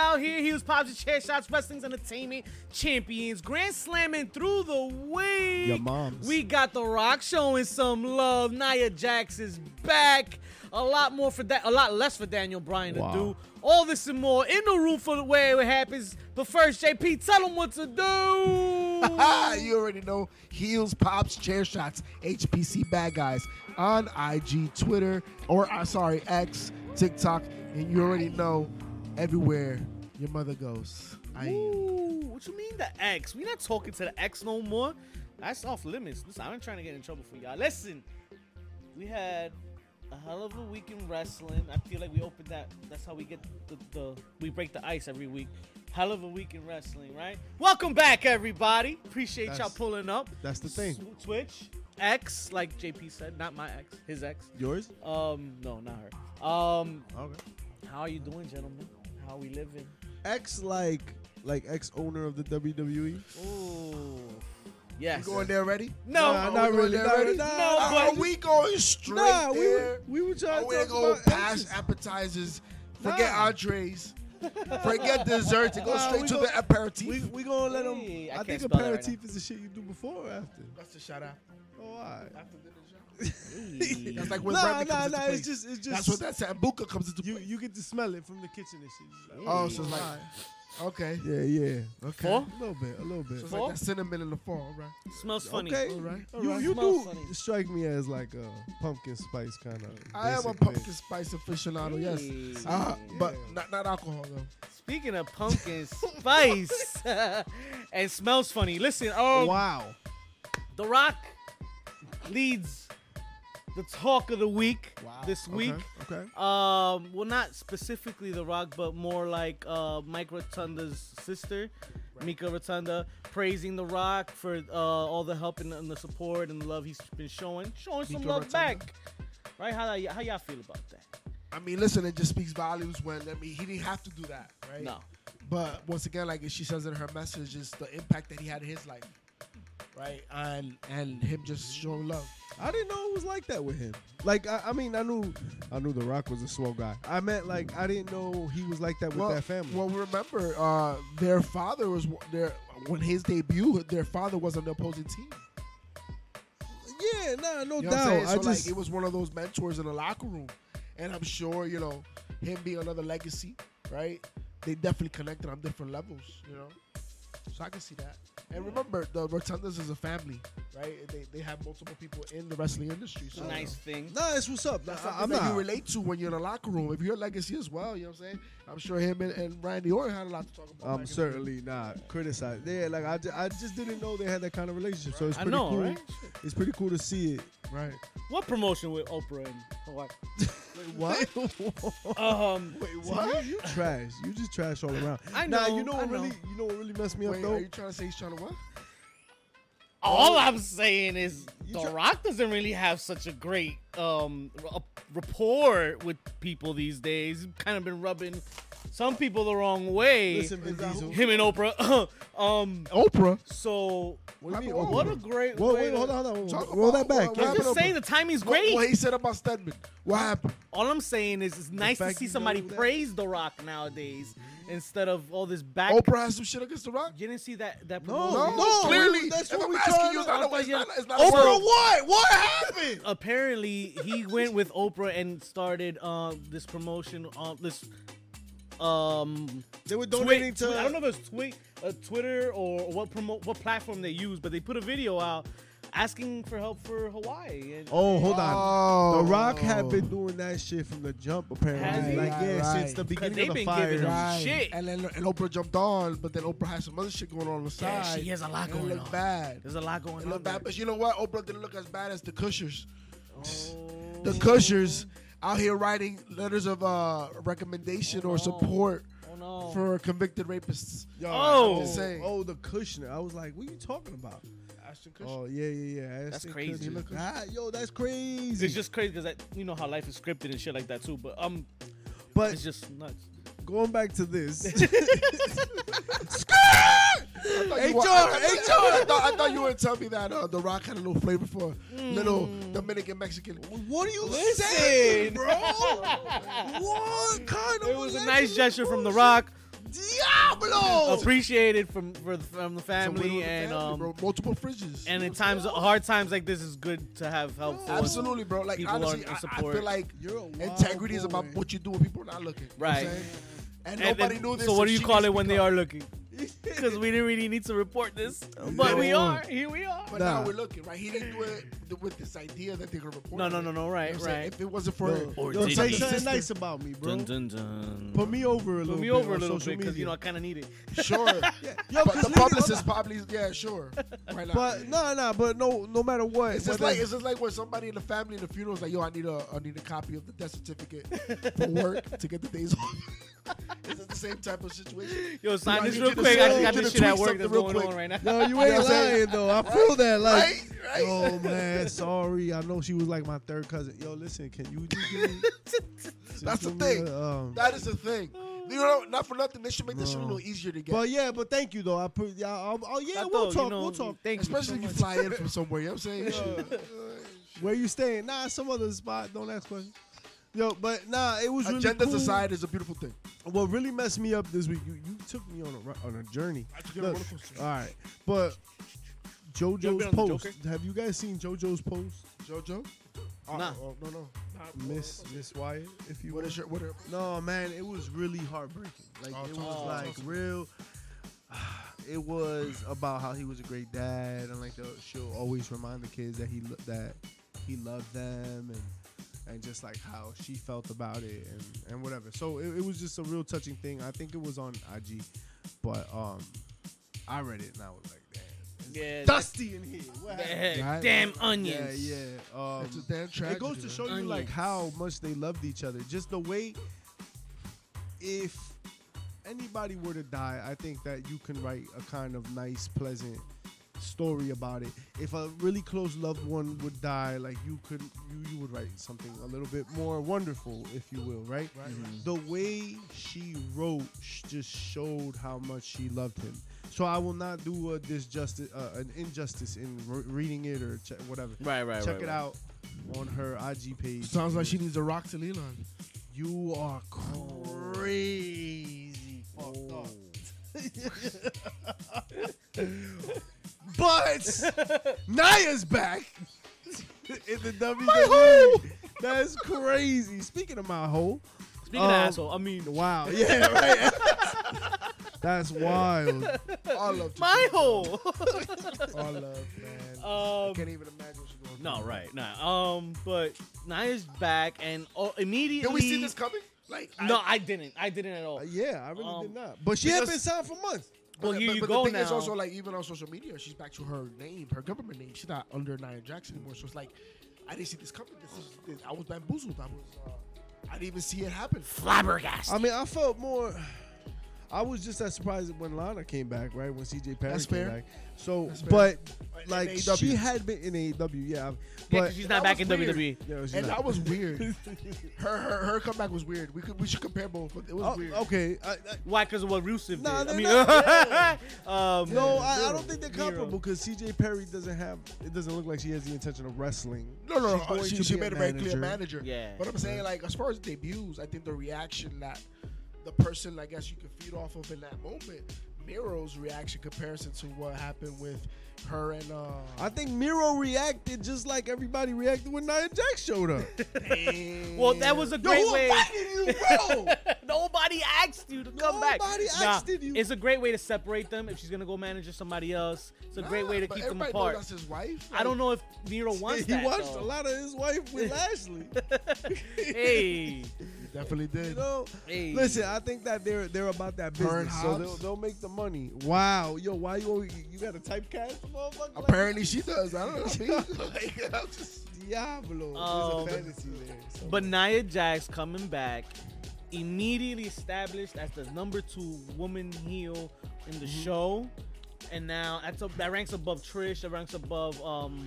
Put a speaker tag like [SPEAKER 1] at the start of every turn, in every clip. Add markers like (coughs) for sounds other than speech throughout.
[SPEAKER 1] Lives and Chair Shots, Wrestling's Entertainment Champions. Grand slamming through the week.
[SPEAKER 2] Your moms.
[SPEAKER 1] We got The Rock showing some love. Nia Jax is back. A lot more for that. A lot less for Daniel Bryan
[SPEAKER 2] Wow.
[SPEAKER 1] to do. All this and more in the room for where it happens. But first, JP, tell them what to
[SPEAKER 2] (laughs)
[SPEAKER 3] Ah,
[SPEAKER 1] do.
[SPEAKER 3] you already know heels, pops, chair shots, HPC bad guys on IG, Twitter, or uh, sorry, X, TikTok, and you already know everywhere your mother goes. I am.
[SPEAKER 1] Ooh, what you mean the ex? We not talking to the ex no more. That's off limits. Listen, I ain't trying to get in trouble for y'all. Listen, we had a hell of a week in wrestling. I feel like we opened that. That's how we get the, the we break the ice every week. Hell of a week in wrestling, right? Welcome back, everybody. Appreciate y'all
[SPEAKER 2] That's-
[SPEAKER 1] pulling up.
[SPEAKER 2] that's the thing.
[SPEAKER 1] Sw- Twitch, X, like JP said, not my ex, his ex.
[SPEAKER 2] Yours?
[SPEAKER 1] Um, no, not her. Um,
[SPEAKER 2] Okay.
[SPEAKER 1] how are you doing, gentlemen? How we living?
[SPEAKER 2] Ex like like ex owner of the E? WWE.
[SPEAKER 1] Ooh, yes.
[SPEAKER 3] You going there already?
[SPEAKER 1] No,
[SPEAKER 2] Nah,
[SPEAKER 3] Are
[SPEAKER 2] not
[SPEAKER 3] we going
[SPEAKER 2] really.
[SPEAKER 3] there
[SPEAKER 2] Not
[SPEAKER 3] already?
[SPEAKER 2] really. Nah,
[SPEAKER 1] No,
[SPEAKER 3] Are
[SPEAKER 1] but-
[SPEAKER 3] we going straight
[SPEAKER 2] nah, we
[SPEAKER 3] there?
[SPEAKER 2] were, we were trying
[SPEAKER 3] Are we
[SPEAKER 2] to talk
[SPEAKER 3] gonna go
[SPEAKER 2] about
[SPEAKER 3] past
[SPEAKER 2] exes.
[SPEAKER 3] appetizers? Forget
[SPEAKER 2] Nah.
[SPEAKER 3] entrees.
[SPEAKER 2] (laughs)
[SPEAKER 3] Forget desserts and go
[SPEAKER 2] Nah,
[SPEAKER 3] straight
[SPEAKER 2] we
[SPEAKER 3] to
[SPEAKER 2] go-
[SPEAKER 3] the aperitif.
[SPEAKER 2] We we gonna let them.
[SPEAKER 1] Hey, I
[SPEAKER 2] I,
[SPEAKER 1] can't
[SPEAKER 2] think
[SPEAKER 1] spell that right
[SPEAKER 2] aperitif is the shit you do before or after.
[SPEAKER 3] That's the shout out.
[SPEAKER 2] Oh, all right.
[SPEAKER 3] (laughs) That's like when
[SPEAKER 2] Nah,
[SPEAKER 3] ramen
[SPEAKER 2] nah,
[SPEAKER 3] comes
[SPEAKER 2] nah.
[SPEAKER 3] into
[SPEAKER 2] It's
[SPEAKER 3] place.
[SPEAKER 2] just it's just
[SPEAKER 3] That's what that sambuca comes into
[SPEAKER 2] you
[SPEAKER 3] play.
[SPEAKER 2] you get to smell it from the kitchen and shit. It's like,
[SPEAKER 3] Oh, so it's like
[SPEAKER 2] all right.
[SPEAKER 3] okay,
[SPEAKER 2] yeah, yeah.
[SPEAKER 3] okay.
[SPEAKER 1] Four?
[SPEAKER 2] A little bit, a little bit.
[SPEAKER 3] So it's
[SPEAKER 1] Four?
[SPEAKER 3] like that cinnamon in the fall, right?
[SPEAKER 1] (laughs) Smells funny.
[SPEAKER 2] Okay,
[SPEAKER 3] All right.
[SPEAKER 2] you
[SPEAKER 1] right.
[SPEAKER 2] you do
[SPEAKER 1] Smells funny.
[SPEAKER 2] strike me as like a pumpkin spice kind of.
[SPEAKER 3] I am a pumpkin spice aficionado. Yes,
[SPEAKER 1] Hey.
[SPEAKER 3] uh, but not not alcohol though.
[SPEAKER 1] Speaking of
[SPEAKER 2] (laughs)
[SPEAKER 1] pumpkin spice (laughs) and smells funny, listen. Oh,
[SPEAKER 2] Wow.
[SPEAKER 1] The Rock leads the talk of the week
[SPEAKER 3] Wow.
[SPEAKER 1] this week.
[SPEAKER 2] Okay. okay.
[SPEAKER 1] Um, well, not specifically The Rock, but more like uh, Mike Rotunda's sister, Mika Rotunda, praising The Rock for uh, all the help and, and the support and love he's been showing, showing some
[SPEAKER 3] Mika
[SPEAKER 1] love
[SPEAKER 3] Rotunda.
[SPEAKER 1] back. Right? How how y'all feel about that?
[SPEAKER 3] I mean, listen, it just speaks volumes when I mean he didn't have to do that, right?
[SPEAKER 1] No.
[SPEAKER 3] But once again, like she says in her message, is the impact that he had in his life, right? And and him just showing love.
[SPEAKER 2] I didn't know it was like that with him. Like I, I mean, I knew I knew The Rock was a swell guy. I meant like I didn't know he was like that with that family.
[SPEAKER 3] Well, remember, uh, their father was their when his debut. Their father was on the opposing team.
[SPEAKER 2] yeah, nah, no
[SPEAKER 3] You know what I'm
[SPEAKER 2] doubt.
[SPEAKER 3] saying? So
[SPEAKER 2] I just
[SPEAKER 3] like, it was one of those mentors in the locker room, and I'm sure you know him being another legacy, right? They definitely connected on different levels, you know. So I can see that. And remember, the Rotundas is a family, right? They, they have multiple people in the wrestling industry. So
[SPEAKER 1] Nice thing.
[SPEAKER 2] nah, it's what's up.
[SPEAKER 3] That's
[SPEAKER 2] I-
[SPEAKER 3] something
[SPEAKER 2] I'm
[SPEAKER 3] that
[SPEAKER 2] not.
[SPEAKER 3] you relate to when you're in the locker room. If you're a legacy as well, you know what I'm saying? I'm sure him and, and Randy Orton had a lot to talk about. back
[SPEAKER 2] I'm
[SPEAKER 3] in the
[SPEAKER 2] certainly not criticized. Yeah, like I, ju- I just didn't know they had that kind of relationship. So it's
[SPEAKER 1] I
[SPEAKER 2] pretty
[SPEAKER 1] know,
[SPEAKER 2] cool.
[SPEAKER 1] right?
[SPEAKER 2] It's pretty cool to see it.
[SPEAKER 3] day. Right.
[SPEAKER 1] What promotion with Oprah and (laughs) Hawaii?
[SPEAKER 2] What? (laughs)
[SPEAKER 1] Um,
[SPEAKER 2] what? You, you trash. You just trash all around.
[SPEAKER 1] I
[SPEAKER 2] Nah,
[SPEAKER 1] know,
[SPEAKER 2] you know
[SPEAKER 1] I
[SPEAKER 2] what
[SPEAKER 1] know.
[SPEAKER 2] really, you know what really messed me up
[SPEAKER 3] Wait,
[SPEAKER 2] though.
[SPEAKER 3] are you trying to say he's trying to what?
[SPEAKER 1] all I'm saying is
[SPEAKER 2] um, You
[SPEAKER 1] The
[SPEAKER 2] try-
[SPEAKER 1] Rock doesn't really have such a great um r- rapport with people these days. He's kind of been rubbing some people the wrong way.
[SPEAKER 2] Listen, Vin
[SPEAKER 3] Is
[SPEAKER 2] Diesel.
[SPEAKER 1] Him and Oprah. (coughs) um,
[SPEAKER 3] Oprah.
[SPEAKER 1] so
[SPEAKER 2] What do you mean,
[SPEAKER 3] Oprah?
[SPEAKER 1] what
[SPEAKER 2] Oprah?
[SPEAKER 1] a great
[SPEAKER 2] Whoa,
[SPEAKER 1] way
[SPEAKER 2] wait,
[SPEAKER 1] to-
[SPEAKER 2] hold on, hold on.
[SPEAKER 3] Talk
[SPEAKER 2] Roll that
[SPEAKER 3] about
[SPEAKER 2] back.
[SPEAKER 3] what-
[SPEAKER 2] Yeah,
[SPEAKER 1] I'm
[SPEAKER 3] what
[SPEAKER 2] but-
[SPEAKER 1] just
[SPEAKER 3] happened,
[SPEAKER 1] saying the timing's great.
[SPEAKER 3] What, what he said about Stedman. What happened?
[SPEAKER 1] All I'm saying is it's nice to
[SPEAKER 2] fact
[SPEAKER 1] see
[SPEAKER 2] you
[SPEAKER 1] somebody
[SPEAKER 2] know that-
[SPEAKER 1] praise The Rock nowadays instead of all this back.
[SPEAKER 3] Oprah has some shit against The Rock?
[SPEAKER 1] You didn't see that that
[SPEAKER 2] No,
[SPEAKER 1] promotion?
[SPEAKER 2] no,
[SPEAKER 3] clearly.
[SPEAKER 2] we- that's
[SPEAKER 3] if
[SPEAKER 2] what
[SPEAKER 3] I'm
[SPEAKER 2] we
[SPEAKER 3] asking
[SPEAKER 2] trying
[SPEAKER 3] you,
[SPEAKER 2] to-
[SPEAKER 3] it's not,
[SPEAKER 1] I
[SPEAKER 3] a,
[SPEAKER 1] thought
[SPEAKER 3] it's
[SPEAKER 1] you-
[SPEAKER 3] not, it's not
[SPEAKER 1] Oprah,
[SPEAKER 3] a what? What happened?
[SPEAKER 1] apparently he went with Oprah and started uh, this promotion on this um
[SPEAKER 2] They were donating
[SPEAKER 1] tweet,
[SPEAKER 2] to.
[SPEAKER 1] tweet- I don't know if it's tweet, uh, Twitter or what promote what platform they use, but they put a video out asking for help for Hawaii. And
[SPEAKER 2] Oh, hold on.
[SPEAKER 3] Oh.
[SPEAKER 2] The Rock had been doing that shit from the jump, apparently.
[SPEAKER 1] Has he?
[SPEAKER 2] like, yeah,
[SPEAKER 3] Right,
[SPEAKER 2] since the
[SPEAKER 3] right.
[SPEAKER 1] Because
[SPEAKER 2] beginning
[SPEAKER 1] they've
[SPEAKER 2] of the
[SPEAKER 1] been giving
[SPEAKER 2] fire.
[SPEAKER 1] them- Shit.
[SPEAKER 3] And then and Oprah jumped on, but then Oprah had some other shit going on on the
[SPEAKER 1] yeah,
[SPEAKER 3] side.
[SPEAKER 1] she has a lot
[SPEAKER 3] It
[SPEAKER 1] going
[SPEAKER 3] looked
[SPEAKER 1] on.
[SPEAKER 3] bad.
[SPEAKER 1] There's a lot
[SPEAKER 3] It
[SPEAKER 1] going on.
[SPEAKER 3] looked bad.
[SPEAKER 1] there.
[SPEAKER 3] But you know what? Oprah didn't look as bad as the Cushers.
[SPEAKER 1] Oh.
[SPEAKER 3] The Cushers out here writing letters of uh, recommendation
[SPEAKER 1] Oh, no.
[SPEAKER 3] or support
[SPEAKER 1] Oh no.
[SPEAKER 3] for convicted rapists.
[SPEAKER 2] Yo,
[SPEAKER 1] Oh.
[SPEAKER 2] I'm just saying. oh, the Kushner. I was like, what are you talking about?
[SPEAKER 3] Ashton
[SPEAKER 2] Oh, yeah, yeah, yeah.
[SPEAKER 1] That's
[SPEAKER 2] Ashton
[SPEAKER 1] crazy.
[SPEAKER 2] Kutcher. Ah, yo, that's crazy.
[SPEAKER 1] it's just crazy because you know how life is scripted and shit like that too. But um,
[SPEAKER 2] but
[SPEAKER 1] it's just nuts.
[SPEAKER 2] going back to this,
[SPEAKER 3] (laughs) HR,
[SPEAKER 2] HR.
[SPEAKER 3] I thought, I thought you were telling me that uh, The Rock had a little flavor for
[SPEAKER 1] Hmm.
[SPEAKER 3] little Dominican Mexican.
[SPEAKER 2] what are you
[SPEAKER 1] Listen. (laughs)
[SPEAKER 2] saying, bro? what kind of
[SPEAKER 1] It was a
[SPEAKER 2] legend
[SPEAKER 1] nice
[SPEAKER 2] is
[SPEAKER 1] gesture from The
[SPEAKER 2] bullshit?
[SPEAKER 1] Rock.
[SPEAKER 3] Diablo.
[SPEAKER 1] Appreciated from for, the- from the
[SPEAKER 3] It's a
[SPEAKER 1] family
[SPEAKER 3] win Oh. with the
[SPEAKER 1] and
[SPEAKER 3] family,
[SPEAKER 1] um
[SPEAKER 3] bro. multiple fridges.
[SPEAKER 1] and in times hard times like this, it's good to have help. for us.
[SPEAKER 3] Absolutely, bro. Like
[SPEAKER 1] People
[SPEAKER 3] honestly,
[SPEAKER 1] are-
[SPEAKER 3] I, I
[SPEAKER 1] support.
[SPEAKER 3] feel like
[SPEAKER 2] You're a wild
[SPEAKER 3] integrity is about
[SPEAKER 2] boy.
[SPEAKER 3] what you do when people are not looking. You know what I'm
[SPEAKER 1] Right.
[SPEAKER 3] saying? And,
[SPEAKER 1] And
[SPEAKER 3] nobody
[SPEAKER 1] then-
[SPEAKER 3] knew this.
[SPEAKER 1] So what do
[SPEAKER 3] and
[SPEAKER 1] you
[SPEAKER 3] she
[SPEAKER 1] call
[SPEAKER 3] didn't
[SPEAKER 1] it when
[SPEAKER 3] speak
[SPEAKER 1] they
[SPEAKER 3] up.
[SPEAKER 1] are
[SPEAKER 3] (laughs)
[SPEAKER 1] looking? Because we didn't really need to report this, but we
[SPEAKER 2] No.
[SPEAKER 1] are. Here we are.
[SPEAKER 3] But
[SPEAKER 2] Nah.
[SPEAKER 3] now we're looking, right? He didn't do it with this idea that they're gonna report.
[SPEAKER 1] No, no,
[SPEAKER 3] it.
[SPEAKER 1] no, no.
[SPEAKER 3] You know
[SPEAKER 1] Right,
[SPEAKER 3] what I'm saying?
[SPEAKER 1] right.
[SPEAKER 3] If it wasn't for
[SPEAKER 2] Yo,
[SPEAKER 3] her,
[SPEAKER 2] yo,
[SPEAKER 1] did
[SPEAKER 2] say
[SPEAKER 1] he?
[SPEAKER 2] something nice about me, bro.
[SPEAKER 1] dun dun.
[SPEAKER 2] Put me over a little
[SPEAKER 1] Put me
[SPEAKER 2] bit
[SPEAKER 1] over a
[SPEAKER 2] on
[SPEAKER 1] little
[SPEAKER 2] social
[SPEAKER 1] bit because you know I
[SPEAKER 2] media.
[SPEAKER 1] kind of need it.
[SPEAKER 2] (laughs)
[SPEAKER 3] sure.
[SPEAKER 2] Yo,
[SPEAKER 3] but
[SPEAKER 2] 'cause
[SPEAKER 3] the
[SPEAKER 2] nigga,
[SPEAKER 3] publicist probably, yeah, sure. Why not?
[SPEAKER 2] But no, no, but no, no matter what,
[SPEAKER 3] It's just
[SPEAKER 2] whether-
[SPEAKER 3] like it's just like when somebody in the family in the funeral is like, "Yo, I need a I need a copy of the death certificate
[SPEAKER 2] (laughs)
[SPEAKER 3] for work to get the days off." (laughs) Is it the same type of situation?
[SPEAKER 1] Yo, sign
[SPEAKER 3] I
[SPEAKER 1] this
[SPEAKER 3] need
[SPEAKER 1] real
[SPEAKER 3] you to
[SPEAKER 1] quick. I just
[SPEAKER 3] sign-
[SPEAKER 1] got
[SPEAKER 3] you
[SPEAKER 1] this
[SPEAKER 3] to
[SPEAKER 1] shit at
[SPEAKER 3] tweet
[SPEAKER 1] work
[SPEAKER 3] something
[SPEAKER 1] that's
[SPEAKER 3] real
[SPEAKER 1] going
[SPEAKER 3] quick.
[SPEAKER 1] on right now.
[SPEAKER 2] yo,
[SPEAKER 3] (laughs)
[SPEAKER 2] you ain't
[SPEAKER 3] what I'm saying?
[SPEAKER 2] lying though. I feel that, like,
[SPEAKER 3] right, right.
[SPEAKER 2] oh man, sorry. I know she was like my third cousin. Yo, listen, can you just give me? just
[SPEAKER 3] (laughs) That's the
[SPEAKER 2] give me
[SPEAKER 3] thing.
[SPEAKER 2] a, um,
[SPEAKER 3] That is the thing. You know, not for nothing. They should make this shit a
[SPEAKER 2] Bro.
[SPEAKER 3] little easier to get,
[SPEAKER 2] But yeah, but thank you though. I put, yeah, I'll, oh yeah,
[SPEAKER 1] Tato,
[SPEAKER 2] we'll
[SPEAKER 1] you
[SPEAKER 2] talk,
[SPEAKER 1] know,
[SPEAKER 2] we'll talk.
[SPEAKER 1] Thank you.
[SPEAKER 3] especially if you fly in from somewhere. You know what I'm saying?
[SPEAKER 2] Where you staying? Nah, some other spot. Don't ask questions. Yo, but nah, it was really
[SPEAKER 3] Agendas
[SPEAKER 2] cool.
[SPEAKER 3] aside, is a beautiful thing.
[SPEAKER 2] What really messed me up this week, you, you took me on a ri- on a journey.
[SPEAKER 3] I took you on a roller coaster.
[SPEAKER 2] All right, but
[SPEAKER 1] ever been
[SPEAKER 2] JoJo's
[SPEAKER 1] on the
[SPEAKER 2] post.
[SPEAKER 1] Joker?
[SPEAKER 2] Have you guys seen JoJo's post?
[SPEAKER 3] Jojo, Oh,
[SPEAKER 1] Nah.
[SPEAKER 3] oh, no, no.
[SPEAKER 2] Miss Miss Wyatt, if you
[SPEAKER 3] What
[SPEAKER 2] will.
[SPEAKER 3] is your what? Are,
[SPEAKER 2] No, man, it was really heartbreaking. Like
[SPEAKER 3] Oh,
[SPEAKER 2] it was
[SPEAKER 3] tell us, tell
[SPEAKER 2] like
[SPEAKER 3] us.
[SPEAKER 2] real. (sighs) It was about how he was a great dad, and like the, she'll always remind the kids that he lo- that he loved them, and and just like how she felt about it, and and whatever. So it, it was just a real touching thing. I think it was on IG, but um, I read it and I was like, damn, it's
[SPEAKER 1] Yeah,
[SPEAKER 2] dusty in here. What happened?
[SPEAKER 1] Yeah, Damn
[SPEAKER 2] Yeah,
[SPEAKER 1] onions.
[SPEAKER 2] yeah. Um,
[SPEAKER 3] it's a damn tragedy.
[SPEAKER 2] it goes to
[SPEAKER 3] man.
[SPEAKER 2] show you like
[SPEAKER 1] Onions.
[SPEAKER 2] how much they loved each other. Just the way if anybody were to die, I think that you can write a kind of nice, pleasant story about it. If a really close loved one would die, like you could you, you would write something a little bit more wonderful, if you will, right?
[SPEAKER 3] Right, right.
[SPEAKER 1] Mm-hmm.
[SPEAKER 2] The way she wrote sh- just showed how much she loved him. So I will not do a disjustice, uh, an injustice in re- reading it or che- whatever
[SPEAKER 1] Right, right,
[SPEAKER 2] check
[SPEAKER 1] right,
[SPEAKER 2] it
[SPEAKER 1] right.
[SPEAKER 2] out on her IG page.
[SPEAKER 3] Sounds like she needs a rock to lean on.
[SPEAKER 2] You are crazy, fucked up. but Naya's back in the WWE. That's crazy. Speaking of my hole,
[SPEAKER 1] Speaking of
[SPEAKER 2] Um,
[SPEAKER 1] asshole, I mean
[SPEAKER 2] wow, yeah, right. That's wild.
[SPEAKER 3] I love to
[SPEAKER 1] my
[SPEAKER 3] do (laughs)
[SPEAKER 1] hole.
[SPEAKER 3] that. I love, man. I
[SPEAKER 1] um,
[SPEAKER 3] can't even imagine what she's going through.
[SPEAKER 1] no, right, nah. Um, but Naya's back and oh, immediately.
[SPEAKER 3] Did we see this coming? Like, I-
[SPEAKER 1] No, I didn't. I didn't at all.
[SPEAKER 2] Uh, yeah, I really
[SPEAKER 1] Um,
[SPEAKER 2] did not. But she had been
[SPEAKER 3] because-
[SPEAKER 2] signed for months.
[SPEAKER 1] Well,
[SPEAKER 3] but-
[SPEAKER 1] here
[SPEAKER 3] but,
[SPEAKER 1] you
[SPEAKER 3] but
[SPEAKER 1] go
[SPEAKER 3] the thing
[SPEAKER 1] now.
[SPEAKER 3] is also like even on social media, she's back to her name, her government name. She's not under Nia Jackson anymore. So it's like, I didn't see this coming. This is, this, I was bamboozled. I was, uh, I didn't even see it happen.
[SPEAKER 1] flabbergasted.
[SPEAKER 2] I mean, I felt more. I was just as surprised when Lana came back, right? When CJ Perry
[SPEAKER 3] That's
[SPEAKER 2] came
[SPEAKER 3] fair.
[SPEAKER 2] back. So,
[SPEAKER 3] That's fair.
[SPEAKER 2] but like
[SPEAKER 3] In E AEW.
[SPEAKER 2] she had been in AEW, yeah.
[SPEAKER 1] yeah,
[SPEAKER 2] But
[SPEAKER 1] 'cause she's
[SPEAKER 3] that
[SPEAKER 1] not back in E.
[SPEAKER 3] was weird.
[SPEAKER 1] WWE.
[SPEAKER 2] Yeah, she's
[SPEAKER 3] and
[SPEAKER 2] not.
[SPEAKER 3] that
[SPEAKER 1] (laughs)
[SPEAKER 3] was weird. her, her her comeback was weird. We could we should compare both, but it was
[SPEAKER 2] Oh,
[SPEAKER 3] weird.
[SPEAKER 2] okay. I, I,
[SPEAKER 1] Why? Because of what Rusev
[SPEAKER 2] Nah,
[SPEAKER 1] did. I
[SPEAKER 2] they're
[SPEAKER 1] mean, (laughs)
[SPEAKER 2] not-
[SPEAKER 1] um,
[SPEAKER 2] no, I, I don't think they're
[SPEAKER 1] Miro.
[SPEAKER 2] comparable because CJ Perry doesn't have. It doesn't look like she has the intention of wrestling.
[SPEAKER 3] No, no,
[SPEAKER 2] She's
[SPEAKER 3] no,
[SPEAKER 2] going
[SPEAKER 3] she,
[SPEAKER 2] to
[SPEAKER 3] she
[SPEAKER 2] be a
[SPEAKER 3] made it very clear manager.
[SPEAKER 1] Yeah.
[SPEAKER 3] But I'm saying, like, as far as debuts, I think the reaction that the person, I guess, you could feed off of in that moment, Miro's reaction comparison to what happened with her and uh,
[SPEAKER 2] I
[SPEAKER 3] (laughs)
[SPEAKER 2] think Miro reacted just like everybody reacted when Nia Jax showed
[SPEAKER 3] (laughs)
[SPEAKER 2] up.
[SPEAKER 3] damn.
[SPEAKER 1] Well, that was a
[SPEAKER 2] Yo,
[SPEAKER 1] great
[SPEAKER 2] who
[SPEAKER 1] way.
[SPEAKER 2] invited you,
[SPEAKER 3] (laughs)
[SPEAKER 2] bro?
[SPEAKER 1] (laughs) Nobody asked you to come back.
[SPEAKER 2] Nobody
[SPEAKER 1] Nah,
[SPEAKER 2] asked you.
[SPEAKER 1] It's a great way to separate them. If she's gonna go manage somebody else, it's a great
[SPEAKER 3] Nah,
[SPEAKER 1] way to
[SPEAKER 3] but
[SPEAKER 1] keep them
[SPEAKER 3] everybody
[SPEAKER 1] apart.
[SPEAKER 3] knows That's his wife.
[SPEAKER 1] I don't know if Miro wants
[SPEAKER 2] (laughs) he
[SPEAKER 1] that. (laughs)
[SPEAKER 2] watched
[SPEAKER 1] though.
[SPEAKER 2] a lot of his wife
[SPEAKER 3] (laughs)
[SPEAKER 2] with Lashley.
[SPEAKER 1] hey,
[SPEAKER 3] Definitely
[SPEAKER 2] You
[SPEAKER 3] did.
[SPEAKER 2] know,
[SPEAKER 1] hey.
[SPEAKER 2] listen. I think that they're they're about that
[SPEAKER 3] Burn
[SPEAKER 2] business, so they'll,
[SPEAKER 3] Hobbs.
[SPEAKER 2] they'll make the money. Wow, yo, why you always- you got to typecast, the motherfucker? like (laughs)
[SPEAKER 3] Apparently, she does. I don't know.
[SPEAKER 1] (laughs)
[SPEAKER 3] like, I'm just,
[SPEAKER 2] Diablo.
[SPEAKER 1] Um,
[SPEAKER 2] There's a fantasy there. So.
[SPEAKER 1] But Nia Jax coming back, immediately established as the number two woman heel in the
[SPEAKER 3] Mm-hmm.
[SPEAKER 1] show, and now that's a, that ranks above Trish. That ranks above um,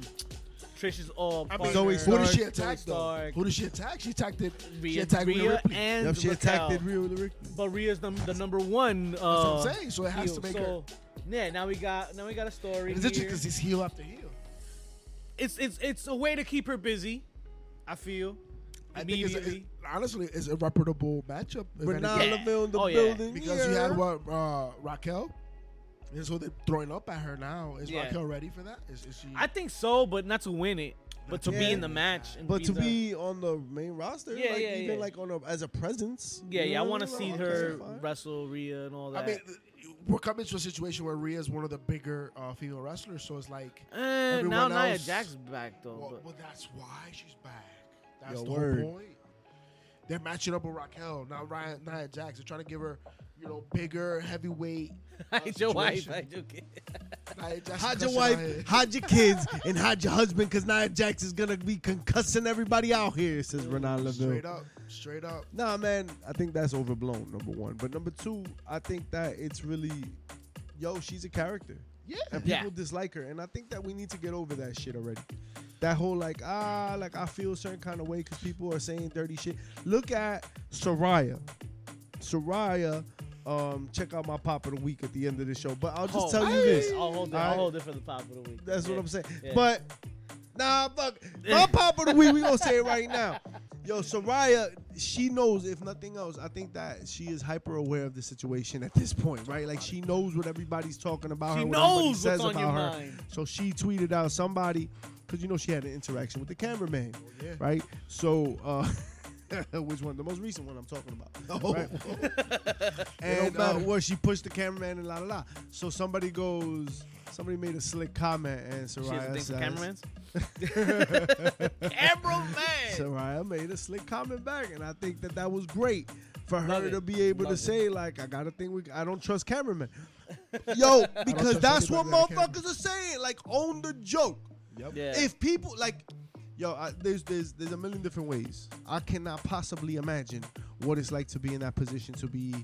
[SPEAKER 1] Trish's all.
[SPEAKER 3] I mean,
[SPEAKER 2] Zoe
[SPEAKER 3] who did she
[SPEAKER 2] Stark,
[SPEAKER 3] attack
[SPEAKER 1] Zoe
[SPEAKER 3] though?
[SPEAKER 1] Stark.
[SPEAKER 3] Who did she attack? She attacked it. she
[SPEAKER 1] Rhea,
[SPEAKER 3] attacked Rhea
[SPEAKER 1] Rhea
[SPEAKER 3] Ripley.
[SPEAKER 1] and
[SPEAKER 2] Yep, she
[SPEAKER 1] Raquel.
[SPEAKER 2] attacked it real Rick.
[SPEAKER 1] But Rhea's the, the number one. Uh,
[SPEAKER 3] That's what I'm saying. So it has
[SPEAKER 1] heel.
[SPEAKER 3] to make her.
[SPEAKER 1] so, Yeah, now we got now we got a story.
[SPEAKER 3] It's interesting
[SPEAKER 1] here.
[SPEAKER 3] because he's heel after heel.
[SPEAKER 1] it's it's it's a way to keep her busy. I feel.
[SPEAKER 3] I think it's, it's
[SPEAKER 1] Immediately.
[SPEAKER 3] honestly it's a reputable matchup. if
[SPEAKER 2] Bernard
[SPEAKER 3] anything.
[SPEAKER 1] Yeah.
[SPEAKER 2] Laville in the
[SPEAKER 1] Oh, yeah.
[SPEAKER 2] building.
[SPEAKER 3] because you had what uh, Raquel, and so they're throwing up at her now. Is
[SPEAKER 1] Yeah.
[SPEAKER 3] Raquel ready for that? Is, is she?
[SPEAKER 1] I think so, but not to win it, but to
[SPEAKER 2] Yeah.
[SPEAKER 1] be in the match. And
[SPEAKER 2] But to
[SPEAKER 1] the-
[SPEAKER 2] be on the main roster,
[SPEAKER 1] Yeah,
[SPEAKER 2] like
[SPEAKER 1] yeah,
[SPEAKER 2] even
[SPEAKER 1] yeah.
[SPEAKER 2] like on a as a presence.
[SPEAKER 1] yeah,
[SPEAKER 2] you
[SPEAKER 1] yeah, I
[SPEAKER 2] know,
[SPEAKER 1] want to
[SPEAKER 2] like,
[SPEAKER 1] see
[SPEAKER 2] okay,
[SPEAKER 1] her
[SPEAKER 2] fine.
[SPEAKER 1] wrestle Rhea and all that.
[SPEAKER 3] I mean, we're coming to a situation where Rhea is one of the bigger uh, female wrestlers, so it's like,
[SPEAKER 1] Eh, now
[SPEAKER 3] everyone
[SPEAKER 1] Nia
[SPEAKER 3] else-
[SPEAKER 1] Jack's back though.
[SPEAKER 3] well,
[SPEAKER 1] but- (laughs)
[SPEAKER 3] well, that's why she's back. That's
[SPEAKER 2] Yo,
[SPEAKER 3] the
[SPEAKER 2] word.
[SPEAKER 3] whole point. They're matching up with Raquel now. Ryan, Nia Jax, they're trying to give her, you know, bigger heavyweight.
[SPEAKER 1] (laughs) hide your wife,
[SPEAKER 3] situation.
[SPEAKER 1] hide (laughs) your kid.
[SPEAKER 3] Nia Jax
[SPEAKER 2] Hide your
[SPEAKER 3] crushing Nia-
[SPEAKER 2] wife,
[SPEAKER 1] (laughs)
[SPEAKER 2] hide your kids, and hide your husband, because Nia Jax is gonna be concussing everybody out here, says Renan Laville.
[SPEAKER 3] Straight up, straight up.
[SPEAKER 2] Nah, man, I think that's overblown. Number one, but number two, I think that it's really, yo, she's a character,
[SPEAKER 3] Yeah.
[SPEAKER 2] and
[SPEAKER 1] Yeah.
[SPEAKER 2] people dislike her, and I think that we need to get over that shit already. That whole like ah, like I feel a certain kind of way because people are saying dirty shit. Look at Soraya, Soraya. Um, check out my pop of the week at the end of the show. But I'll just
[SPEAKER 1] Oh,
[SPEAKER 2] tell you
[SPEAKER 1] hey.
[SPEAKER 2] this.
[SPEAKER 1] I'll hold it.
[SPEAKER 2] Alright.
[SPEAKER 1] I'll hold it for the pop of the week.
[SPEAKER 2] That's
[SPEAKER 1] Yeah.
[SPEAKER 2] what I'm saying.
[SPEAKER 1] Yeah.
[SPEAKER 2] But nah, fuck. My pop of the week, we gonna say
[SPEAKER 1] (laughs)
[SPEAKER 2] it right now. Yo, Soraya, she knows if nothing else. I think that she is hyper aware of the situation at this point, right? Like she knows what everybody's talking about.
[SPEAKER 1] She
[SPEAKER 2] her, what everybody
[SPEAKER 1] knows
[SPEAKER 2] says
[SPEAKER 1] what's on
[SPEAKER 2] about
[SPEAKER 1] your
[SPEAKER 2] her.
[SPEAKER 1] mind.
[SPEAKER 2] So she tweeted out somebody because you know she had an interaction with the cameraman,
[SPEAKER 3] Oh, yeah.
[SPEAKER 2] right? So. uh (laughs) Which one? The most recent one I'm talking
[SPEAKER 3] (laughs)
[SPEAKER 2] about.
[SPEAKER 3] Oh.
[SPEAKER 2] right? and
[SPEAKER 3] don't matter.
[SPEAKER 2] uh, where she pushed the cameraman and la la la. So somebody goes, somebody made a slick comment, and
[SPEAKER 1] She has a
[SPEAKER 2] Soraya
[SPEAKER 1] thing for
[SPEAKER 2] says,
[SPEAKER 1] cameraman. (laughs)
[SPEAKER 2] (laughs)
[SPEAKER 1] Cameraman.
[SPEAKER 2] Soraya made a slick comment back, and I think that that was great for her
[SPEAKER 1] Love
[SPEAKER 2] to
[SPEAKER 1] it.
[SPEAKER 2] be able to
[SPEAKER 1] Love it.
[SPEAKER 2] say like, I got a thing with, I don't
[SPEAKER 1] (laughs)
[SPEAKER 2] trust cameramen. Yo, because
[SPEAKER 3] trust
[SPEAKER 2] that's what
[SPEAKER 3] anybody with a camera.
[SPEAKER 2] motherfuckers are saying. Like, own the joke.
[SPEAKER 3] Yep.
[SPEAKER 1] yeah.
[SPEAKER 2] If people like, yo, I, there's there's there's a million different ways. I cannot possibly imagine what it's like to be in that position to be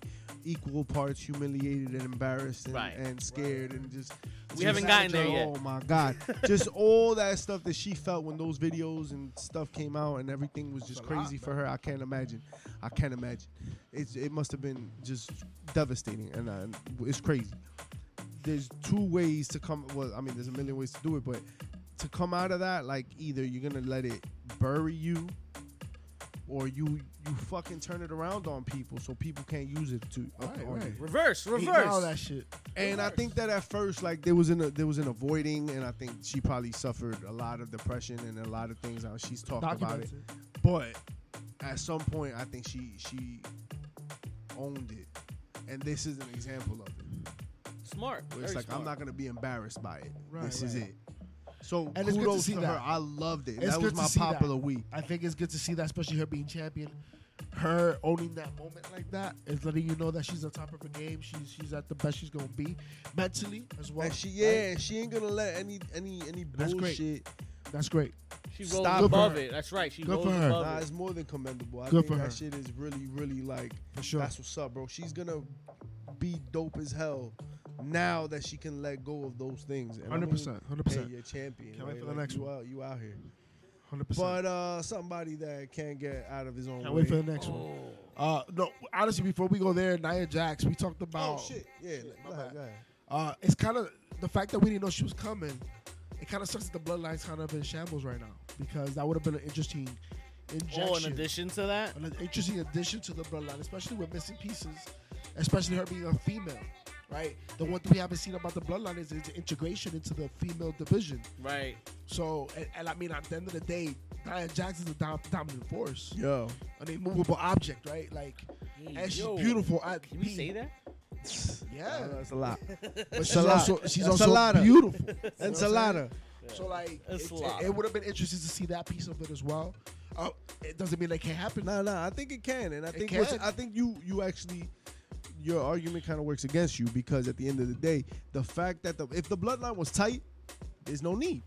[SPEAKER 2] equal parts humiliated and embarrassed and,
[SPEAKER 1] Right.
[SPEAKER 2] and scared and just.
[SPEAKER 1] We
[SPEAKER 2] just
[SPEAKER 1] haven't gotten there
[SPEAKER 2] oh
[SPEAKER 1] yet.
[SPEAKER 2] my god! just all that stuff that she felt when those videos and stuff came out and everything was just
[SPEAKER 3] a lot,
[SPEAKER 2] crazy for her. I can't imagine. I can't imagine. It's it must have been just devastating and uh, it's crazy there's two ways to come well i mean there's a million ways to do it but to come out of that like either you're gonna let it bury you or you you fucking turn it around on people so people can't use it to up
[SPEAKER 3] Right,
[SPEAKER 2] on
[SPEAKER 3] right.
[SPEAKER 2] you.
[SPEAKER 1] reverse,
[SPEAKER 3] Eating
[SPEAKER 1] reverse.
[SPEAKER 3] All that shit.
[SPEAKER 2] and i think that at first like there was in a there was an avoiding and i think she probably suffered a lot of depression and a lot of things how she's talked about it
[SPEAKER 3] Documented.
[SPEAKER 2] but at some point i think she she owned it and this is an example of it
[SPEAKER 1] smart.
[SPEAKER 2] where it's
[SPEAKER 1] very
[SPEAKER 2] like I'm
[SPEAKER 1] smart.
[SPEAKER 2] not gonna be embarrassed by it.
[SPEAKER 3] Right,
[SPEAKER 2] this is
[SPEAKER 3] right.
[SPEAKER 2] it. So
[SPEAKER 3] And it's good to
[SPEAKER 2] kudos
[SPEAKER 3] see
[SPEAKER 2] to
[SPEAKER 3] that.
[SPEAKER 2] her. I loved it.
[SPEAKER 3] It's
[SPEAKER 2] that was
[SPEAKER 3] good to
[SPEAKER 2] my
[SPEAKER 3] see
[SPEAKER 2] pop
[SPEAKER 3] that.
[SPEAKER 2] of the week.
[SPEAKER 3] I think it's good to see that, especially her being champion. Her owning that moment like that is letting you know that she's on top of her game. She's she's at the best she's gonna be mentally as well.
[SPEAKER 2] and she
[SPEAKER 3] right?
[SPEAKER 2] yeah, and she ain't gonna let any any any
[SPEAKER 3] That's great.
[SPEAKER 2] bullshit.
[SPEAKER 3] that's great.
[SPEAKER 1] She
[SPEAKER 2] Stop
[SPEAKER 1] rose
[SPEAKER 2] it.
[SPEAKER 1] above it. That's right. She
[SPEAKER 3] Good
[SPEAKER 1] rose
[SPEAKER 3] for her.
[SPEAKER 1] above
[SPEAKER 2] Nah,
[SPEAKER 1] it.
[SPEAKER 2] it's more than commendable. I
[SPEAKER 3] Good
[SPEAKER 2] think
[SPEAKER 3] for her.
[SPEAKER 2] that shit is really really like
[SPEAKER 3] For sure.
[SPEAKER 2] that's what's up, bro. She's gonna be dope as hell now that she can let go of those things. And I'm
[SPEAKER 3] Hundred percent, hundred
[SPEAKER 2] Hey,
[SPEAKER 3] percent,
[SPEAKER 2] you're a champion.
[SPEAKER 3] Can't wait
[SPEAKER 2] right?
[SPEAKER 3] for the
[SPEAKER 2] Like,
[SPEAKER 3] next
[SPEAKER 2] you
[SPEAKER 3] one.
[SPEAKER 2] Out, you out here,
[SPEAKER 3] hundred percent.
[SPEAKER 2] but uh, somebody that can't get out of his own
[SPEAKER 3] Can't
[SPEAKER 2] way.
[SPEAKER 3] wait for the next one.
[SPEAKER 1] Oh,
[SPEAKER 3] Uh, no, honestly, before we go there, Nia Jax, we talked
[SPEAKER 2] oh,
[SPEAKER 3] about.
[SPEAKER 2] shit, yeah. like,
[SPEAKER 3] my
[SPEAKER 2] go ahead,
[SPEAKER 3] bad.
[SPEAKER 2] go ahead.
[SPEAKER 3] Uh, it's kind of the fact that we didn't know she was coming. It kind of sucks that the bloodline's kind of in shambles right now because that would have been an interesting injection.
[SPEAKER 1] Oh, in addition to that,
[SPEAKER 3] an interesting addition to the bloodline, especially with missing pieces, especially her being a female, right? The one thing we haven't seen about the bloodline is its integration into the female division.
[SPEAKER 1] right?
[SPEAKER 3] So, and, and I mean, at the end of the day, Nia Jax is a dom- dominant force,
[SPEAKER 2] Yo,
[SPEAKER 3] an immovable object, right? Like, and she's
[SPEAKER 1] Yo,
[SPEAKER 3] beautiful. At
[SPEAKER 1] Can we
[SPEAKER 3] peak.
[SPEAKER 1] say
[SPEAKER 2] (laughs)
[SPEAKER 1] that?
[SPEAKER 3] Yeah,
[SPEAKER 2] that's a lot.
[SPEAKER 3] but she's
[SPEAKER 2] a lot.
[SPEAKER 3] also she's
[SPEAKER 2] That's a
[SPEAKER 3] also
[SPEAKER 2] lot of-
[SPEAKER 3] beautiful.
[SPEAKER 1] (laughs)
[SPEAKER 2] Ensalada.
[SPEAKER 3] So like,
[SPEAKER 1] That's
[SPEAKER 3] it,
[SPEAKER 1] a lot.
[SPEAKER 3] would have been interesting to see that piece of it as well. Uh, it doesn't mean that can't happen.
[SPEAKER 2] No, no, I think it can, and I think what's,
[SPEAKER 3] can.
[SPEAKER 2] I think you you actually your argument kind of works against you because at the end of the day, the fact that the if the bloodline was tight, there's no need.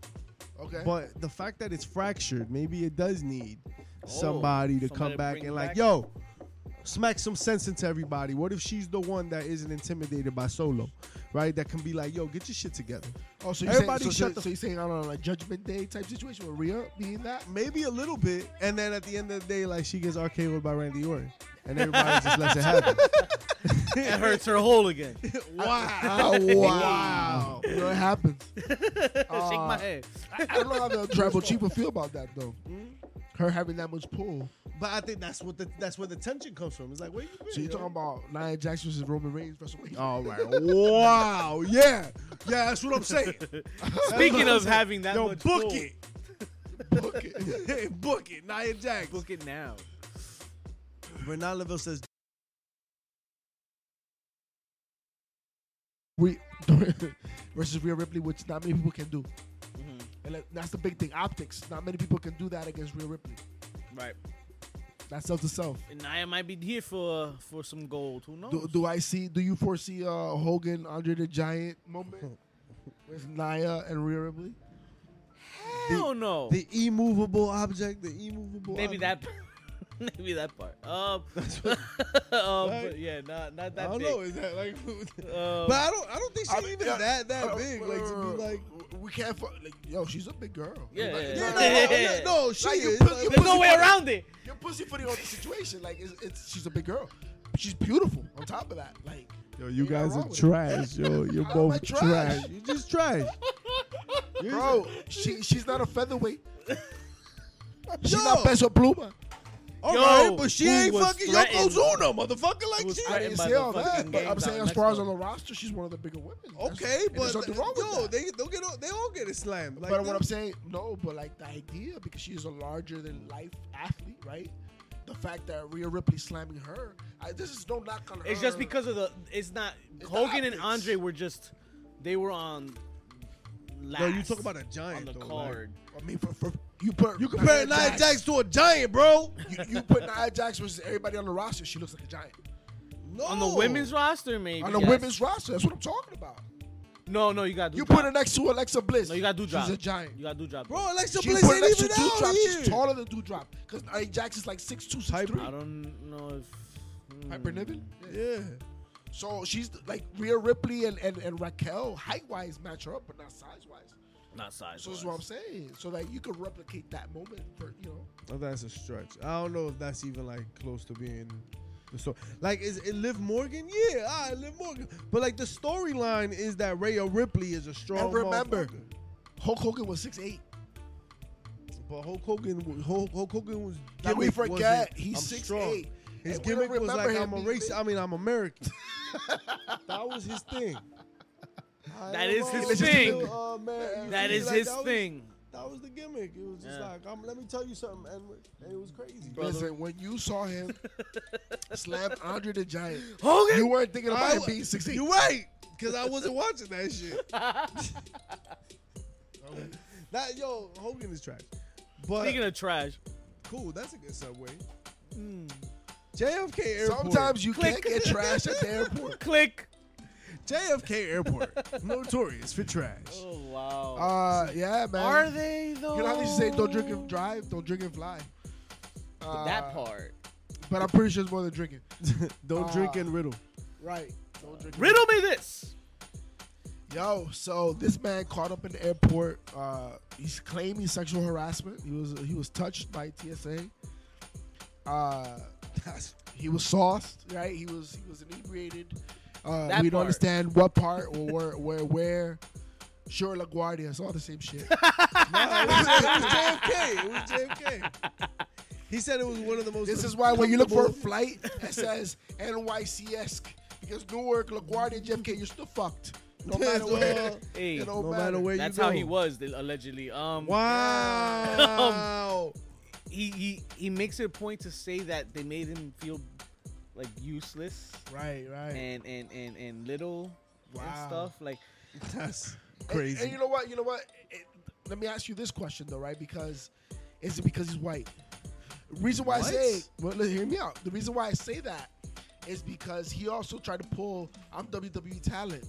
[SPEAKER 3] Okay,
[SPEAKER 2] But the fact that it's fractured, maybe it does need
[SPEAKER 1] Oh,
[SPEAKER 2] somebody to
[SPEAKER 1] somebody
[SPEAKER 2] come back
[SPEAKER 1] bring
[SPEAKER 2] and
[SPEAKER 1] it
[SPEAKER 2] like,
[SPEAKER 1] back.
[SPEAKER 2] yo, smack some sense into everybody. What if she's the one that isn't intimidated by Solo, right? That can be like, yo, get your shit together.
[SPEAKER 3] Oh, so you're
[SPEAKER 2] Everybody
[SPEAKER 3] saying, so,
[SPEAKER 2] shut
[SPEAKER 3] so,
[SPEAKER 2] the-
[SPEAKER 3] so you're saying I don't know, like Judgment Day type situation with Rhea being
[SPEAKER 2] (laughs)
[SPEAKER 3] that?
[SPEAKER 2] Maybe a little bit, and then at the end of the day, like she gets RKO'd by Randy Orton, and everybody just lets it happen.
[SPEAKER 1] It hurts her hole
[SPEAKER 2] (laughs)
[SPEAKER 1] again.
[SPEAKER 3] Wow! wow! you know it happens.
[SPEAKER 1] (laughs) Shake
[SPEAKER 3] Uh,
[SPEAKER 1] my head. (laughs) Hmm?
[SPEAKER 3] I, I don't know how the tribal chief would feel about that though. Her having that much pull
[SPEAKER 2] But I think that's what the that's where the tension comes from. It's like, where you been?
[SPEAKER 3] So you're
[SPEAKER 2] yo?
[SPEAKER 3] talking about Nia Jackson versus Roman Reigns WrestleMania?
[SPEAKER 2] All right. Wow. Yeah. Yeah. That's what I'm (laughs) saying.
[SPEAKER 1] Speaking of having that
[SPEAKER 2] Yo,
[SPEAKER 1] much
[SPEAKER 2] book
[SPEAKER 1] pull,
[SPEAKER 2] it.
[SPEAKER 3] Book it.
[SPEAKER 2] book it. (laughs) Nia Jax.
[SPEAKER 1] book it now.
[SPEAKER 2] Bernard Laville says
[SPEAKER 3] We versus Rhea (laughs) Ripley, which not many people can do,
[SPEAKER 1] Mm-hmm.
[SPEAKER 3] and that- that's the big thing. Optics. Not many people can do that against Rhea Ripley.
[SPEAKER 1] Right.
[SPEAKER 3] That's self to self.
[SPEAKER 1] And Nia might be here for for some gold. Who knows?
[SPEAKER 3] Do, do I see? Do you foresee uh, Hogan Andre the Giant
[SPEAKER 1] (laughs)
[SPEAKER 3] moment with Nia and Rhea Ripley?
[SPEAKER 1] Hell no.
[SPEAKER 2] the immovable object. The immovable.
[SPEAKER 1] maybe
[SPEAKER 2] object.
[SPEAKER 1] that. (laughs) maybe that part.
[SPEAKER 2] (laughs)
[SPEAKER 1] (laughs) Um. um, but yeah, not not
[SPEAKER 2] I
[SPEAKER 1] that
[SPEAKER 2] don't
[SPEAKER 1] big.
[SPEAKER 2] know. Is that like?
[SPEAKER 1] Um,
[SPEAKER 2] but I don't. I don't think she's
[SPEAKER 3] I mean,
[SPEAKER 2] even
[SPEAKER 3] yeah,
[SPEAKER 2] that that
[SPEAKER 3] uh,
[SPEAKER 2] big. Like to be like.
[SPEAKER 3] we can't. Fu- like, yo, she's a big girl.
[SPEAKER 1] Yeah,
[SPEAKER 3] Like,
[SPEAKER 1] yeah,
[SPEAKER 2] Yeah,
[SPEAKER 1] yeah.
[SPEAKER 2] no, yeah, no, she
[SPEAKER 3] Like, you
[SPEAKER 2] is.
[SPEAKER 3] put-
[SPEAKER 2] like,
[SPEAKER 3] you
[SPEAKER 1] There's no
[SPEAKER 3] pussy
[SPEAKER 1] way
[SPEAKER 3] funny.
[SPEAKER 1] around it.
[SPEAKER 3] You're pussyfooting on the situation. Like, it's, it's she's a big girl. But she's beautiful. On top of that, like,
[SPEAKER 2] Yo, you
[SPEAKER 3] Ain't nothing wrong with it.
[SPEAKER 2] trash. Yo, (laughs) you're
[SPEAKER 3] How am I trash?
[SPEAKER 2] You just trash. You're
[SPEAKER 3] bro, she she's not
[SPEAKER 2] (laughs)
[SPEAKER 3] a featherweight. She's
[SPEAKER 2] Yo.
[SPEAKER 3] not Peso Pluma.
[SPEAKER 2] All
[SPEAKER 1] Yo,
[SPEAKER 2] right, but she
[SPEAKER 1] who
[SPEAKER 2] ain't
[SPEAKER 1] was
[SPEAKER 2] fucking
[SPEAKER 1] threatened?
[SPEAKER 2] Yokozuna, motherfucker. Like
[SPEAKER 1] was
[SPEAKER 2] she.
[SPEAKER 3] I
[SPEAKER 1] threatened
[SPEAKER 3] didn't
[SPEAKER 1] by
[SPEAKER 3] say
[SPEAKER 1] the
[SPEAKER 3] all that,
[SPEAKER 1] fucking
[SPEAKER 3] but
[SPEAKER 1] gang
[SPEAKER 3] I'm
[SPEAKER 1] down
[SPEAKER 3] saying
[SPEAKER 1] in
[SPEAKER 3] as far as on
[SPEAKER 1] Mexico.
[SPEAKER 3] the roster, she's one of the bigger women. That's-
[SPEAKER 2] Okay,
[SPEAKER 3] and
[SPEAKER 2] but
[SPEAKER 3] there's nothing wrong with
[SPEAKER 2] yo,
[SPEAKER 3] that.
[SPEAKER 2] they don't get all, they all get it slammed. Like,
[SPEAKER 3] but what
[SPEAKER 2] they-
[SPEAKER 3] I'm saying, no, but like the idea, because she's a larger than life athlete, right? The fact that Rhea Ripley slamming her, I, this is no knock on her.
[SPEAKER 1] It's
[SPEAKER 2] Uh,
[SPEAKER 1] just because of the. It's not.
[SPEAKER 3] It's the
[SPEAKER 1] Hogan and
[SPEAKER 3] optics.
[SPEAKER 1] Andre were just. They were on. Last
[SPEAKER 2] No, you talk about a giant
[SPEAKER 1] on the
[SPEAKER 2] though, like-
[SPEAKER 1] card.
[SPEAKER 3] I mean, for, for you put
[SPEAKER 2] you comparing Nia Jax to a giant, bro.
[SPEAKER 3] Jax, you, you put Nia Jax versus everybody on the roster, she looks like a giant.
[SPEAKER 2] No.
[SPEAKER 1] on the women's roster, maybe.
[SPEAKER 3] On the
[SPEAKER 1] Oh. yes.
[SPEAKER 3] women's roster, that's what I'm talking about.
[SPEAKER 1] No, no, you got. to
[SPEAKER 3] You put her next to Alexa Bliss.
[SPEAKER 1] No, you got to do drop.
[SPEAKER 3] She's a giant.
[SPEAKER 1] You got to do drop.
[SPEAKER 2] bro. Alexa
[SPEAKER 3] She
[SPEAKER 2] Bliss
[SPEAKER 3] put
[SPEAKER 2] ain't
[SPEAKER 3] next to
[SPEAKER 2] even out
[SPEAKER 3] Doudrop,
[SPEAKER 2] here.
[SPEAKER 3] She's taller than Doudrop because Nia Jax is like 6'2", 6'3".
[SPEAKER 1] I don't know if. hmm.
[SPEAKER 3] Piper Niven.
[SPEAKER 2] yeah.
[SPEAKER 3] So she's like Rhea Ripley and, and, and Raquel height wise match her up, but not size wise.
[SPEAKER 1] Not size.
[SPEAKER 3] So that's what I'm saying. So that you could replicate that moment for you know.
[SPEAKER 2] Oh, that's a stretch. I don't know if that's even like close to being the story. Like, is it Liv Morgan? Yeah, I Liv Morgan. But like, the storyline is that Rhea Ripley is a strong.
[SPEAKER 3] And remember,
[SPEAKER 2] motherfucker.
[SPEAKER 3] Hulk Hogan was 6'8".
[SPEAKER 2] but Hulk Hogan, wa- Hulk, Hulk Hogan was.
[SPEAKER 3] Did we
[SPEAKER 2] gimmick wasn't,
[SPEAKER 3] forget he's
[SPEAKER 2] "I'm
[SPEAKER 3] six
[SPEAKER 2] strong."
[SPEAKER 3] eight?
[SPEAKER 2] His
[SPEAKER 3] And we don't
[SPEAKER 2] gimmick was
[SPEAKER 3] remember
[SPEAKER 2] like, "I'm
[SPEAKER 3] him
[SPEAKER 2] a
[SPEAKER 3] being
[SPEAKER 2] racist."
[SPEAKER 3] big.
[SPEAKER 2] I mean, I'm American. that was his thing. I
[SPEAKER 1] That
[SPEAKER 2] am
[SPEAKER 1] is his
[SPEAKER 2] a
[SPEAKER 1] thing.
[SPEAKER 2] real, uh, man. You
[SPEAKER 1] That
[SPEAKER 2] feel
[SPEAKER 1] is
[SPEAKER 2] like
[SPEAKER 1] his
[SPEAKER 2] that was-
[SPEAKER 1] thing.
[SPEAKER 2] that was the gimmick. It was just
[SPEAKER 1] Yeah.
[SPEAKER 2] like, um, let me tell you something, and, and it was crazy.
[SPEAKER 3] Listen, when you
[SPEAKER 2] (laughs)
[SPEAKER 3] saw him slam Andre the Giant,
[SPEAKER 1] Hogan.
[SPEAKER 3] you weren't thinking about
[SPEAKER 2] I
[SPEAKER 3] him
[SPEAKER 2] wa-
[SPEAKER 3] being 6'8".
[SPEAKER 2] You right, because I wasn't watching
[SPEAKER 1] (laughs)
[SPEAKER 2] that shit. (laughs) that yo Hogan is trash, but
[SPEAKER 1] Speaking of trash,
[SPEAKER 2] cool. That's a good subway. JFK Airport.
[SPEAKER 3] Sometimes you
[SPEAKER 1] Click.
[SPEAKER 3] Hmm. can't get trash at
[SPEAKER 2] (laughs)
[SPEAKER 3] the
[SPEAKER 1] (laughs)
[SPEAKER 3] airport.
[SPEAKER 1] click.
[SPEAKER 2] JFK Airport, notorious for trash.
[SPEAKER 1] Oh wow.
[SPEAKER 3] (laughs) Uh, yeah, man.
[SPEAKER 1] Are they though?
[SPEAKER 3] You know how they say don't drink and drive, don't drink and fly. Uh,
[SPEAKER 1] that part.
[SPEAKER 3] But I'm pretty sure it's more than drinking.
[SPEAKER 2] (laughs)
[SPEAKER 3] Uh,
[SPEAKER 2] Don't drink and riddle.
[SPEAKER 3] Right. Don't drink. and-
[SPEAKER 1] Riddle me this.
[SPEAKER 3] Yo, so this man caught up in the airport. Uh, he's claiming sexual harassment. He was he was touched by TSA. Uh, he was sauced, right? He was he was inebriated. Uh,
[SPEAKER 1] That
[SPEAKER 3] we don't
[SPEAKER 1] part.
[SPEAKER 3] understand what part or where where where. Sure, LaGuardia, it's all the same shit.
[SPEAKER 2] it, was, it was JFK. It was JFK. He said it was one of the most.
[SPEAKER 3] This is why when you look for a
[SPEAKER 2] uncomfortable-
[SPEAKER 3] flight that says NYC esque, because Newark, LaGuardia, JFK, you're still fucked. No matter where.
[SPEAKER 1] Hey,
[SPEAKER 3] It don't
[SPEAKER 2] uh, No matter where
[SPEAKER 1] that's
[SPEAKER 2] you go.
[SPEAKER 1] how he was they- allegedly. Um, (laughs)
[SPEAKER 2] Wow.
[SPEAKER 1] he, he he makes it a point to say that they made him feel like useless
[SPEAKER 3] Right, right.
[SPEAKER 1] and and and and little
[SPEAKER 3] Wow.
[SPEAKER 1] and stuff. Like
[SPEAKER 2] (laughs) That's
[SPEAKER 3] And,
[SPEAKER 2] crazy.
[SPEAKER 3] and you know what? You know what? It- let me ask you this question though, right? Because is it because he's white? Reason why
[SPEAKER 2] What?
[SPEAKER 3] I say, well, li- hear me out. The reason why I say that is because he also tried to pull I'm WWE talent,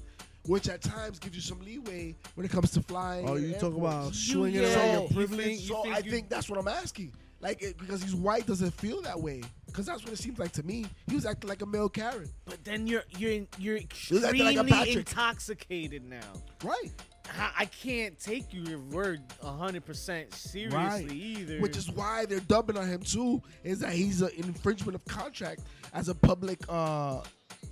[SPEAKER 3] which at times gives you some leeway when it comes to flying.
[SPEAKER 2] oh,
[SPEAKER 3] and
[SPEAKER 2] you talk
[SPEAKER 3] airports.
[SPEAKER 2] about
[SPEAKER 1] You-
[SPEAKER 2] swinging
[SPEAKER 1] yeah,
[SPEAKER 2] around
[SPEAKER 1] you
[SPEAKER 2] your privilege.
[SPEAKER 1] think- you
[SPEAKER 3] So I
[SPEAKER 1] you-
[SPEAKER 3] think that's what I'm asking. Like, it, because he's white, doesn't feel that way. Because that's what it seems like to me. He was acting like a male Karen.
[SPEAKER 1] But then you're you're you're
[SPEAKER 3] like a
[SPEAKER 1] extremely
[SPEAKER 3] Patrick.
[SPEAKER 1] intoxicated now.
[SPEAKER 3] Right.
[SPEAKER 1] I, I can't take your word hundred percent seriously
[SPEAKER 3] Right.
[SPEAKER 1] either.
[SPEAKER 3] Which is why they're dumping on him, too, is that he's an infringement of contract as a public uh,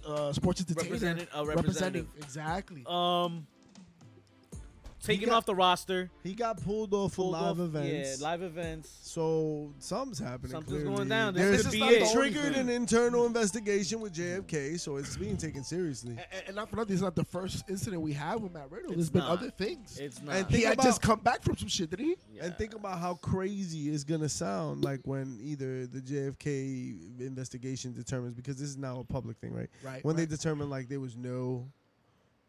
[SPEAKER 3] uh, sports entertainer.
[SPEAKER 1] Represented- a
[SPEAKER 3] Representing-
[SPEAKER 1] representative.
[SPEAKER 3] Exactly.
[SPEAKER 1] um. taken
[SPEAKER 2] got-
[SPEAKER 1] Um, off the roster.
[SPEAKER 2] He got pulled off for
[SPEAKER 1] pulled off-
[SPEAKER 2] live events.
[SPEAKER 1] Yeah, live events.
[SPEAKER 2] So something's happening.
[SPEAKER 1] Something's
[SPEAKER 2] clearly.
[SPEAKER 1] going down. This
[SPEAKER 2] There's
[SPEAKER 3] could be
[SPEAKER 2] not-
[SPEAKER 3] it.
[SPEAKER 2] they triggered
[SPEAKER 1] Only
[SPEAKER 2] an
[SPEAKER 1] thing.
[SPEAKER 2] internal investigation with JFK, so it's being taken seriously.
[SPEAKER 3] And, and not for nothing, it's not the first incident we have with Matt Riddle.
[SPEAKER 1] It's
[SPEAKER 3] There's been
[SPEAKER 1] not.
[SPEAKER 3] other things.
[SPEAKER 1] It's not.
[SPEAKER 2] And
[SPEAKER 3] he
[SPEAKER 2] think
[SPEAKER 3] had
[SPEAKER 2] about-
[SPEAKER 3] just come back from some shit, didn't he?
[SPEAKER 1] Yeah.
[SPEAKER 2] And think about how crazy it's gonna sound like when either the JFK investigation determines because this is now a public thing, right?
[SPEAKER 3] Right,
[SPEAKER 2] When
[SPEAKER 3] right.
[SPEAKER 2] they determine like there was no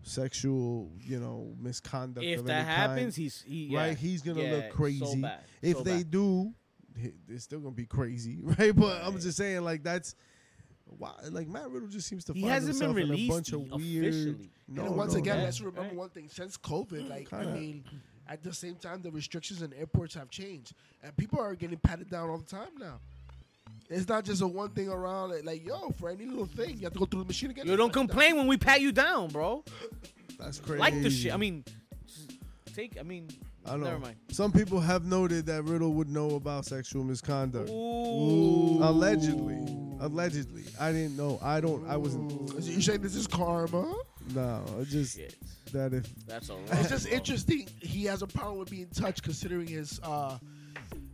[SPEAKER 2] sexual, you know, misconduct.
[SPEAKER 1] if
[SPEAKER 2] of
[SPEAKER 1] that
[SPEAKER 2] any kind,
[SPEAKER 1] happens, he's he, yeah.
[SPEAKER 2] right? He's gonna
[SPEAKER 1] Yeah,
[SPEAKER 2] look crazy.
[SPEAKER 1] So bad.
[SPEAKER 2] If
[SPEAKER 1] so
[SPEAKER 2] they
[SPEAKER 1] bad.
[SPEAKER 2] do, he- it's still gonna be crazy, (laughs) right? But I'm
[SPEAKER 1] Right.
[SPEAKER 2] just saying, like that's why, like Matt Riddle just seems to
[SPEAKER 1] He
[SPEAKER 2] find
[SPEAKER 1] hasn't been
[SPEAKER 2] himself in a
[SPEAKER 1] released
[SPEAKER 2] bunch of weird.
[SPEAKER 1] officially.
[SPEAKER 2] No,
[SPEAKER 3] and once
[SPEAKER 2] no,
[SPEAKER 3] again,
[SPEAKER 2] no.
[SPEAKER 3] let's remember
[SPEAKER 1] Right.
[SPEAKER 3] one thing: since COVID, like I
[SPEAKER 2] Kinda.
[SPEAKER 3] mean, at the same time, the restrictions in airports have changed, and people are getting patted down all the time now. It's not just a one thing around. Like, like, yo, for any little thing, you have to go through the machine again.
[SPEAKER 1] Yo, don't complain when we pat you down, bro.
[SPEAKER 2] that's crazy.
[SPEAKER 1] Like the shit. I mean, just take. I mean,
[SPEAKER 2] I don't know.
[SPEAKER 1] never mind.
[SPEAKER 2] Some people have noted that Riddle would know about sexual misconduct.
[SPEAKER 1] Ooh.
[SPEAKER 2] Allegedly, allegedly. I didn't know. I don't. I wasn't.
[SPEAKER 3] So you saying this is karma?
[SPEAKER 2] No, it's just
[SPEAKER 1] Shit.
[SPEAKER 2] that if
[SPEAKER 1] That's all.
[SPEAKER 3] It's just interesting. He has a problem with being touched, considering his uh,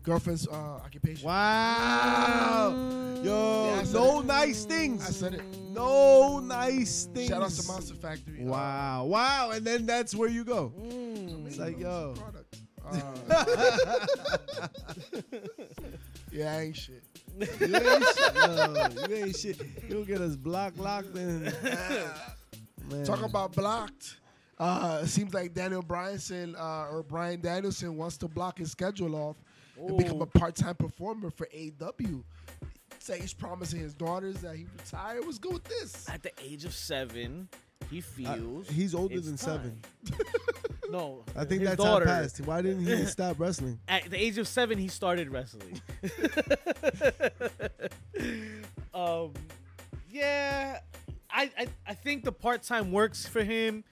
[SPEAKER 3] girlfriend's uh, occupation.
[SPEAKER 2] Wow. Yo,
[SPEAKER 3] Yeah, I said
[SPEAKER 2] no
[SPEAKER 3] it.
[SPEAKER 2] nice
[SPEAKER 3] I
[SPEAKER 2] things.
[SPEAKER 3] said it.
[SPEAKER 2] No nice things.
[SPEAKER 3] Shout out to Monster Factory. uh,
[SPEAKER 2] Wow. Wow. And then that's where you go.
[SPEAKER 3] Mm.
[SPEAKER 2] It's like, yo.
[SPEAKER 3] (laughs) product. Uh, yeah, I ain't shit.
[SPEAKER 2] You ain't shit. Yo, you ain't shit. You'll get us blocked, locked,
[SPEAKER 3] (laughs)
[SPEAKER 2] and. Man.
[SPEAKER 3] Talk about blocked. Uh, it seems like Daniel Bryanson uh, or Brian Danielson wants to block his schedule off and become
[SPEAKER 1] Ooh.
[SPEAKER 3] a part-time performer for AW. Say he's promising his daughters that he retired. What's good with this?
[SPEAKER 1] At the age of seven, he
[SPEAKER 2] I-
[SPEAKER 1] feels
[SPEAKER 2] Uh, he's older
[SPEAKER 1] it's
[SPEAKER 2] than seven.
[SPEAKER 1] time. (laughs) No,
[SPEAKER 2] I think
[SPEAKER 1] his
[SPEAKER 2] that
[SPEAKER 1] daughter.
[SPEAKER 2] time passed. Why
[SPEAKER 1] (laughs)
[SPEAKER 2] didn't he stop wrestling?
[SPEAKER 1] At the age of seven, he started wrestling. (laughs) um, yeah, I, I I think the part time works for him.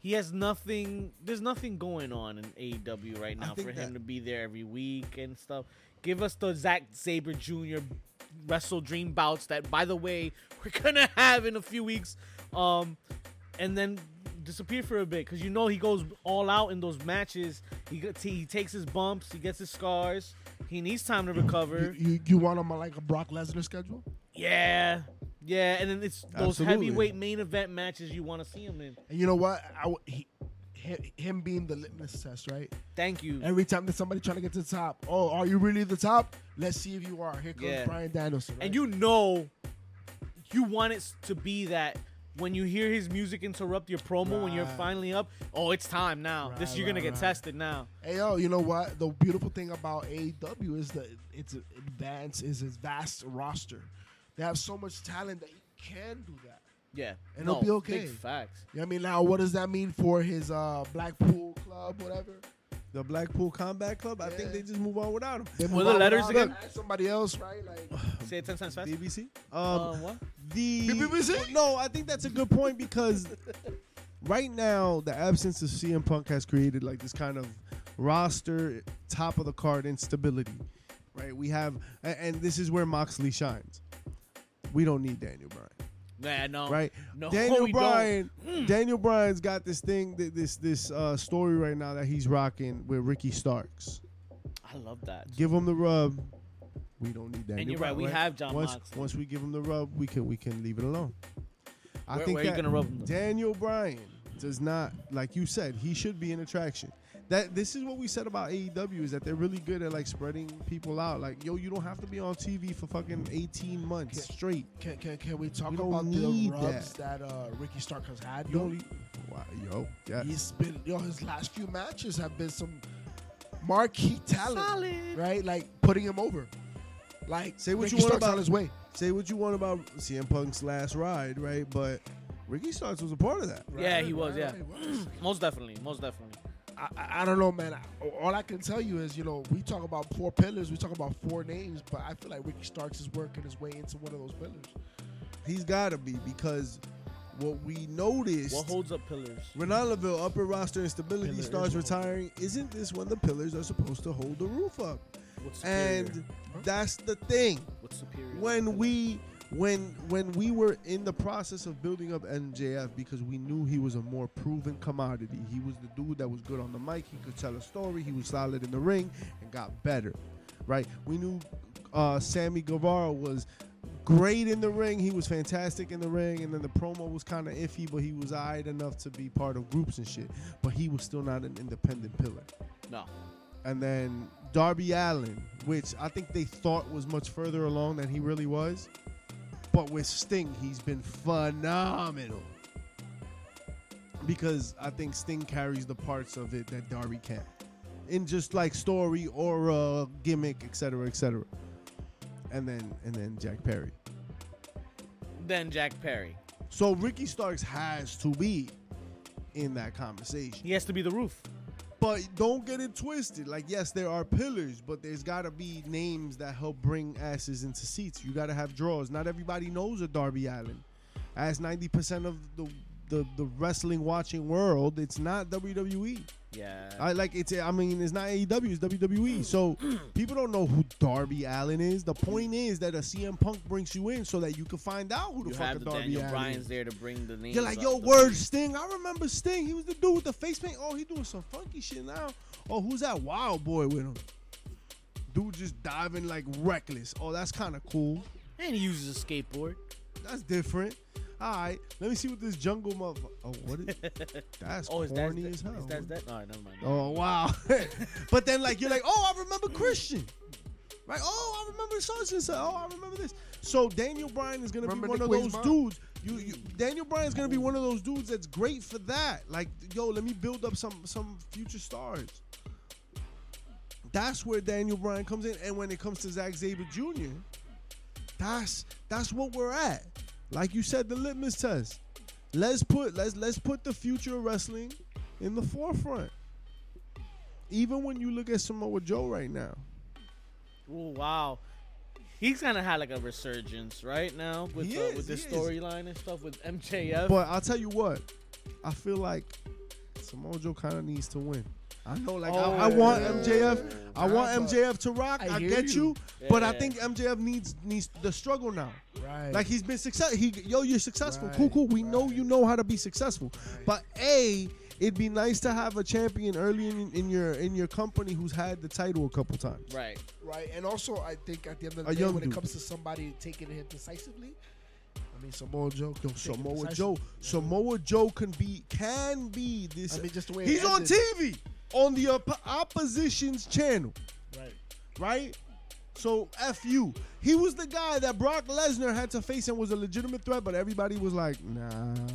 [SPEAKER 1] He has nothing. There's nothing going on in AEW right now for
[SPEAKER 2] think
[SPEAKER 1] him
[SPEAKER 2] that-
[SPEAKER 1] to be there every week and stuff. Give us the Zack Saber Jr. Wrestle Dream bouts that, by the way, (laughs) we're gonna have in a few weeks. Um, and then disappear for a bit because you know he goes all out in those matches. He gets, he takes his bumps, he gets his scars. He needs time to
[SPEAKER 3] You,
[SPEAKER 1] recover.
[SPEAKER 3] you, you want him on like a Brock Lesnar schedule?
[SPEAKER 1] Yeah, yeah, and then it's those
[SPEAKER 2] Absolutely.
[SPEAKER 1] heavyweight main event matches you want to see him in.
[SPEAKER 3] And you know what? I w he, hi- him being the litmus test, right?
[SPEAKER 1] Thank you.
[SPEAKER 3] Every time there's somebody trying to get to the top, oh, are you really the top? Let's see if you are. Here comes
[SPEAKER 1] Yeah.
[SPEAKER 3] Brian Danielson. right?
[SPEAKER 1] And you know, you want it to be that when you hear his music interrupt your promo when you're
[SPEAKER 3] Right.
[SPEAKER 1] finally up. Oh, it's time now. this
[SPEAKER 3] Right,
[SPEAKER 1] you're gonna
[SPEAKER 3] right,
[SPEAKER 1] get
[SPEAKER 3] right.
[SPEAKER 1] tested now.
[SPEAKER 3] Hey yo, you know what? The beautiful thing about AEW is that it's advanced is its vast roster. They have so much talent that he can do that.
[SPEAKER 1] Yeah,
[SPEAKER 3] And it'll be okay.
[SPEAKER 1] Big facts.
[SPEAKER 3] You know what I mean? Now what does that mean for his uh Blackpool club, whatever?
[SPEAKER 2] The Blackpool Combat Club? I think
[SPEAKER 3] Yeah.
[SPEAKER 2] they just move on without him.
[SPEAKER 3] They
[SPEAKER 1] What are
[SPEAKER 3] move
[SPEAKER 1] the
[SPEAKER 3] on
[SPEAKER 1] letters
[SPEAKER 3] without
[SPEAKER 1] again?
[SPEAKER 3] him, add Somebody else, right? Like
[SPEAKER 1] Say it ten times fast.
[SPEAKER 2] BBC?
[SPEAKER 1] Uh,
[SPEAKER 2] Um,
[SPEAKER 1] what?
[SPEAKER 2] the
[SPEAKER 3] BBC?
[SPEAKER 2] no, I think that's a good point because right now the absence of CM Punk has created like this kind of roster top of the card instability. Right, we have, a- and this is where Moxley shines. We don't need Daniel Bryan,
[SPEAKER 1] Nah, no.
[SPEAKER 2] right?
[SPEAKER 1] Oh, No,
[SPEAKER 2] Daniel
[SPEAKER 1] we don't. Hmm.
[SPEAKER 2] Bryan, Daniel Bryan's got this thing, th- this this uh, story right now that he's rocking with Ricky Starks.
[SPEAKER 1] I love that.
[SPEAKER 2] Give him the rub. We don't need Daniel.
[SPEAKER 1] you're right,
[SPEAKER 2] Bryan,
[SPEAKER 1] we have John
[SPEAKER 2] once,
[SPEAKER 1] Moxley.
[SPEAKER 2] Once we give him the rub, we can we can leave it alone. I
[SPEAKER 1] Where-
[SPEAKER 2] think
[SPEAKER 1] where are you
[SPEAKER 2] that
[SPEAKER 1] gonna rub him, though?
[SPEAKER 2] Daniel Bryan does not like you said. He should be an attraction. That this is what we said about AEW is that they're really good at like spreading people out. Like yo, you don't have to be on TV for fucking eighteen months
[SPEAKER 3] Yeah.
[SPEAKER 2] straight.
[SPEAKER 3] can, can, can we talk
[SPEAKER 2] We don't
[SPEAKER 3] about the
[SPEAKER 2] need
[SPEAKER 3] rubs that, uh, Ricky Stark has had?
[SPEAKER 2] You
[SPEAKER 3] yo?
[SPEAKER 2] don't. Wow, yo, yes.
[SPEAKER 3] He's been yo. His last few matches have been some marquee talent,
[SPEAKER 1] Solid.
[SPEAKER 3] right? Like putting him over. Like
[SPEAKER 2] Say what
[SPEAKER 3] Ricky
[SPEAKER 2] you want
[SPEAKER 3] Starks
[SPEAKER 2] about-
[SPEAKER 3] on his way,
[SPEAKER 2] Say what you want about CM Punk's last ride, right? But Ricky Starks was a part of that.
[SPEAKER 1] Yeah, he was, yeah.
[SPEAKER 3] yeah.
[SPEAKER 1] Most definitely. Most definitely.
[SPEAKER 3] I, I- I don't know, man. I, all I can tell you is, you know, we talk about four pillars, we talk about four names, but I feel like Ricky Starks is working his way into one of those pillars.
[SPEAKER 2] He's got to be because what we noticed.
[SPEAKER 1] What holds up pillars?
[SPEAKER 2] Renan Laville, upper roster instability
[SPEAKER 3] Pillar
[SPEAKER 2] starts
[SPEAKER 3] is what-
[SPEAKER 2] retiring. Isn't this when the pillars are supposed to hold the roof up?
[SPEAKER 1] What's superior?
[SPEAKER 2] And that's the thing.
[SPEAKER 1] What's superior?
[SPEAKER 2] When we when when we were in the process of building up MJF because we knew he was a more proven commodity. He was the dude that was good on the mic. He could tell a story. He was solid in the ring and got better. Right? We knew uh, Sammy Guevara was great in the ring. He was fantastic in the ring, and then the promo was kind of iffy, but he was alright enough to be part of groups and shit. But he was still not an independent pillar
[SPEAKER 1] No.
[SPEAKER 2] and then Darby Allen, which I think they thought was much further along than he really was. But with Sting, he's been phenomenal. Because I think Sting carries the parts of it that Darby can. In just like story, aura, gimmick, etc., etc. And then and then Jack Perry.
[SPEAKER 1] Then Jack Perry.
[SPEAKER 2] So Ricky Starks has to be in that conversation.
[SPEAKER 1] He has to be the roof.
[SPEAKER 2] But don't get it twisted. Like, yes, there are pillars, but there's gotta be names that help bring asses into seats. You gotta have draws. Not everybody knows a Darby Allen. As ninety percent of the, the the wrestling watching world, it's not WWE.
[SPEAKER 1] Yeah.
[SPEAKER 2] I like it's. I mean, it's not AEW. It's WWE. So people don't know who Darby Allen is. The point is that a CM Punk brings you in so that you can find out who the
[SPEAKER 1] you
[SPEAKER 2] fuck a
[SPEAKER 1] have the
[SPEAKER 2] Darby
[SPEAKER 1] Daniel
[SPEAKER 2] Allen is.
[SPEAKER 1] Bryan's there to bring the name.
[SPEAKER 2] You're like, yo, word Sting. I remember Sting. He was the dude with the face paint. Oh, he doing some funky shit now. Oh, who's that wild boy with him? Dude just diving like reckless. Oh, that's kind of cool.
[SPEAKER 1] And he uses a skateboard.
[SPEAKER 2] That's different. All right, let me see what this jungle motherfucker. Oh, what
[SPEAKER 1] (laughs)
[SPEAKER 2] is? That's
[SPEAKER 1] Oh, is that?
[SPEAKER 2] corny as hell.
[SPEAKER 1] Is that that? All right, never mind.
[SPEAKER 2] Oh wow! (laughs) but then like you're like, oh, I remember Christian, right? Oh, I remember such and such. Oh, I remember this. So Daniel Bryan is gonna
[SPEAKER 3] Remember
[SPEAKER 2] be one
[SPEAKER 3] Nick
[SPEAKER 2] of
[SPEAKER 3] Wade's
[SPEAKER 2] those
[SPEAKER 3] mom?
[SPEAKER 2] dudes. You, you Daniel Bryan's gonna be one of those dudes that's great for that. Like, yo, let me build up some some future stars. That's where Daniel Bryan comes in, and when it comes to Zack Sabre Jr., that's that's what we're at. Like you said, the litmus test. Let's put let's let's put the future of wrestling in the forefront. Even when you look at Samoa Joe right now,
[SPEAKER 1] Oh wow. He's kind of had like a resurgence right now with
[SPEAKER 2] He
[SPEAKER 1] uh,
[SPEAKER 2] is,
[SPEAKER 1] with this
[SPEAKER 2] he is.
[SPEAKER 1] storyline and stuff with MJF.
[SPEAKER 2] but I'll tell you what, I feel like Samoa Joe kind of needs to win. I know, like I, I want
[SPEAKER 3] Oh.
[SPEAKER 2] MJF, I
[SPEAKER 3] Nah,
[SPEAKER 2] want
[SPEAKER 3] but
[SPEAKER 2] MJF to rock.
[SPEAKER 3] I
[SPEAKER 2] I,
[SPEAKER 3] hear
[SPEAKER 2] get
[SPEAKER 3] you.
[SPEAKER 2] you, but I
[SPEAKER 1] Yeah.
[SPEAKER 2] think MJF needs needs the struggle now.
[SPEAKER 3] Right.
[SPEAKER 2] Like he's been successful. He, yo, you're successful.
[SPEAKER 3] Right,
[SPEAKER 2] cool, cool. We know
[SPEAKER 3] right.
[SPEAKER 2] you know how to be successful.
[SPEAKER 3] Right.
[SPEAKER 2] But a, it'd be nice to have a champion early in, in your in your company who's had the title a couple times.
[SPEAKER 1] right.
[SPEAKER 3] Right, and also I think at the end of
[SPEAKER 2] A
[SPEAKER 3] the day,
[SPEAKER 2] young
[SPEAKER 3] when
[SPEAKER 2] dude.
[SPEAKER 3] it comes to somebody taking him decisively, I mean Samoa Joe, can take it
[SPEAKER 2] Samoa
[SPEAKER 3] decisively.
[SPEAKER 2] Joe. Samoa Joe can be can be this.
[SPEAKER 3] I mean, just the way it
[SPEAKER 2] he's on
[SPEAKER 3] ended.
[SPEAKER 2] TV on the op- opposition's channel,
[SPEAKER 3] Right,
[SPEAKER 2] right? So f you. He was the guy that Brock Lesnar had to face and was a legitimate threat, but everybody was like, nah,
[SPEAKER 1] Uh,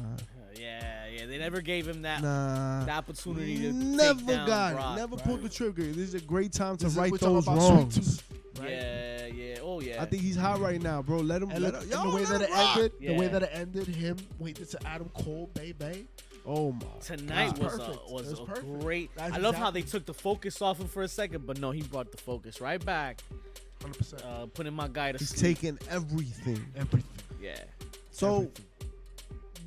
[SPEAKER 1] yeah, yeah. They never gave him that
[SPEAKER 2] nah.
[SPEAKER 1] the opportunity to
[SPEAKER 2] never
[SPEAKER 1] take down
[SPEAKER 2] got
[SPEAKER 1] Brock.
[SPEAKER 2] it. Never
[SPEAKER 3] Right.
[SPEAKER 2] pulled the trigger. This is a great time to
[SPEAKER 3] This is-
[SPEAKER 2] right
[SPEAKER 3] we're talking
[SPEAKER 2] those
[SPEAKER 3] about sweet
[SPEAKER 2] wrongs.
[SPEAKER 3] tooth, right?
[SPEAKER 1] Yeah, yeah. Oh yeah.
[SPEAKER 2] I think he's hot right now, bro. Let him.
[SPEAKER 3] And,
[SPEAKER 2] Let
[SPEAKER 3] look,
[SPEAKER 2] him
[SPEAKER 3] and
[SPEAKER 2] yo,
[SPEAKER 3] the way
[SPEAKER 2] let him
[SPEAKER 3] that it
[SPEAKER 2] rock.
[SPEAKER 3] ended, the way
[SPEAKER 1] Yeah.
[SPEAKER 3] that it ended, him waited to Adam Cole, Bay Bay.
[SPEAKER 2] Oh my.
[SPEAKER 1] Tonight was
[SPEAKER 3] It was
[SPEAKER 1] a,
[SPEAKER 3] perfect.
[SPEAKER 1] was
[SPEAKER 3] It was
[SPEAKER 1] a
[SPEAKER 3] perfect.
[SPEAKER 1] great.
[SPEAKER 3] That's
[SPEAKER 1] I love how
[SPEAKER 3] exactly-
[SPEAKER 1] they took the focus off him for a second, but no, he brought the focus right back,
[SPEAKER 3] 100 percent
[SPEAKER 1] uh, putting my guy to
[SPEAKER 2] He's
[SPEAKER 1] sleep.
[SPEAKER 2] taking everything.
[SPEAKER 3] everything.
[SPEAKER 1] yeah,
[SPEAKER 2] So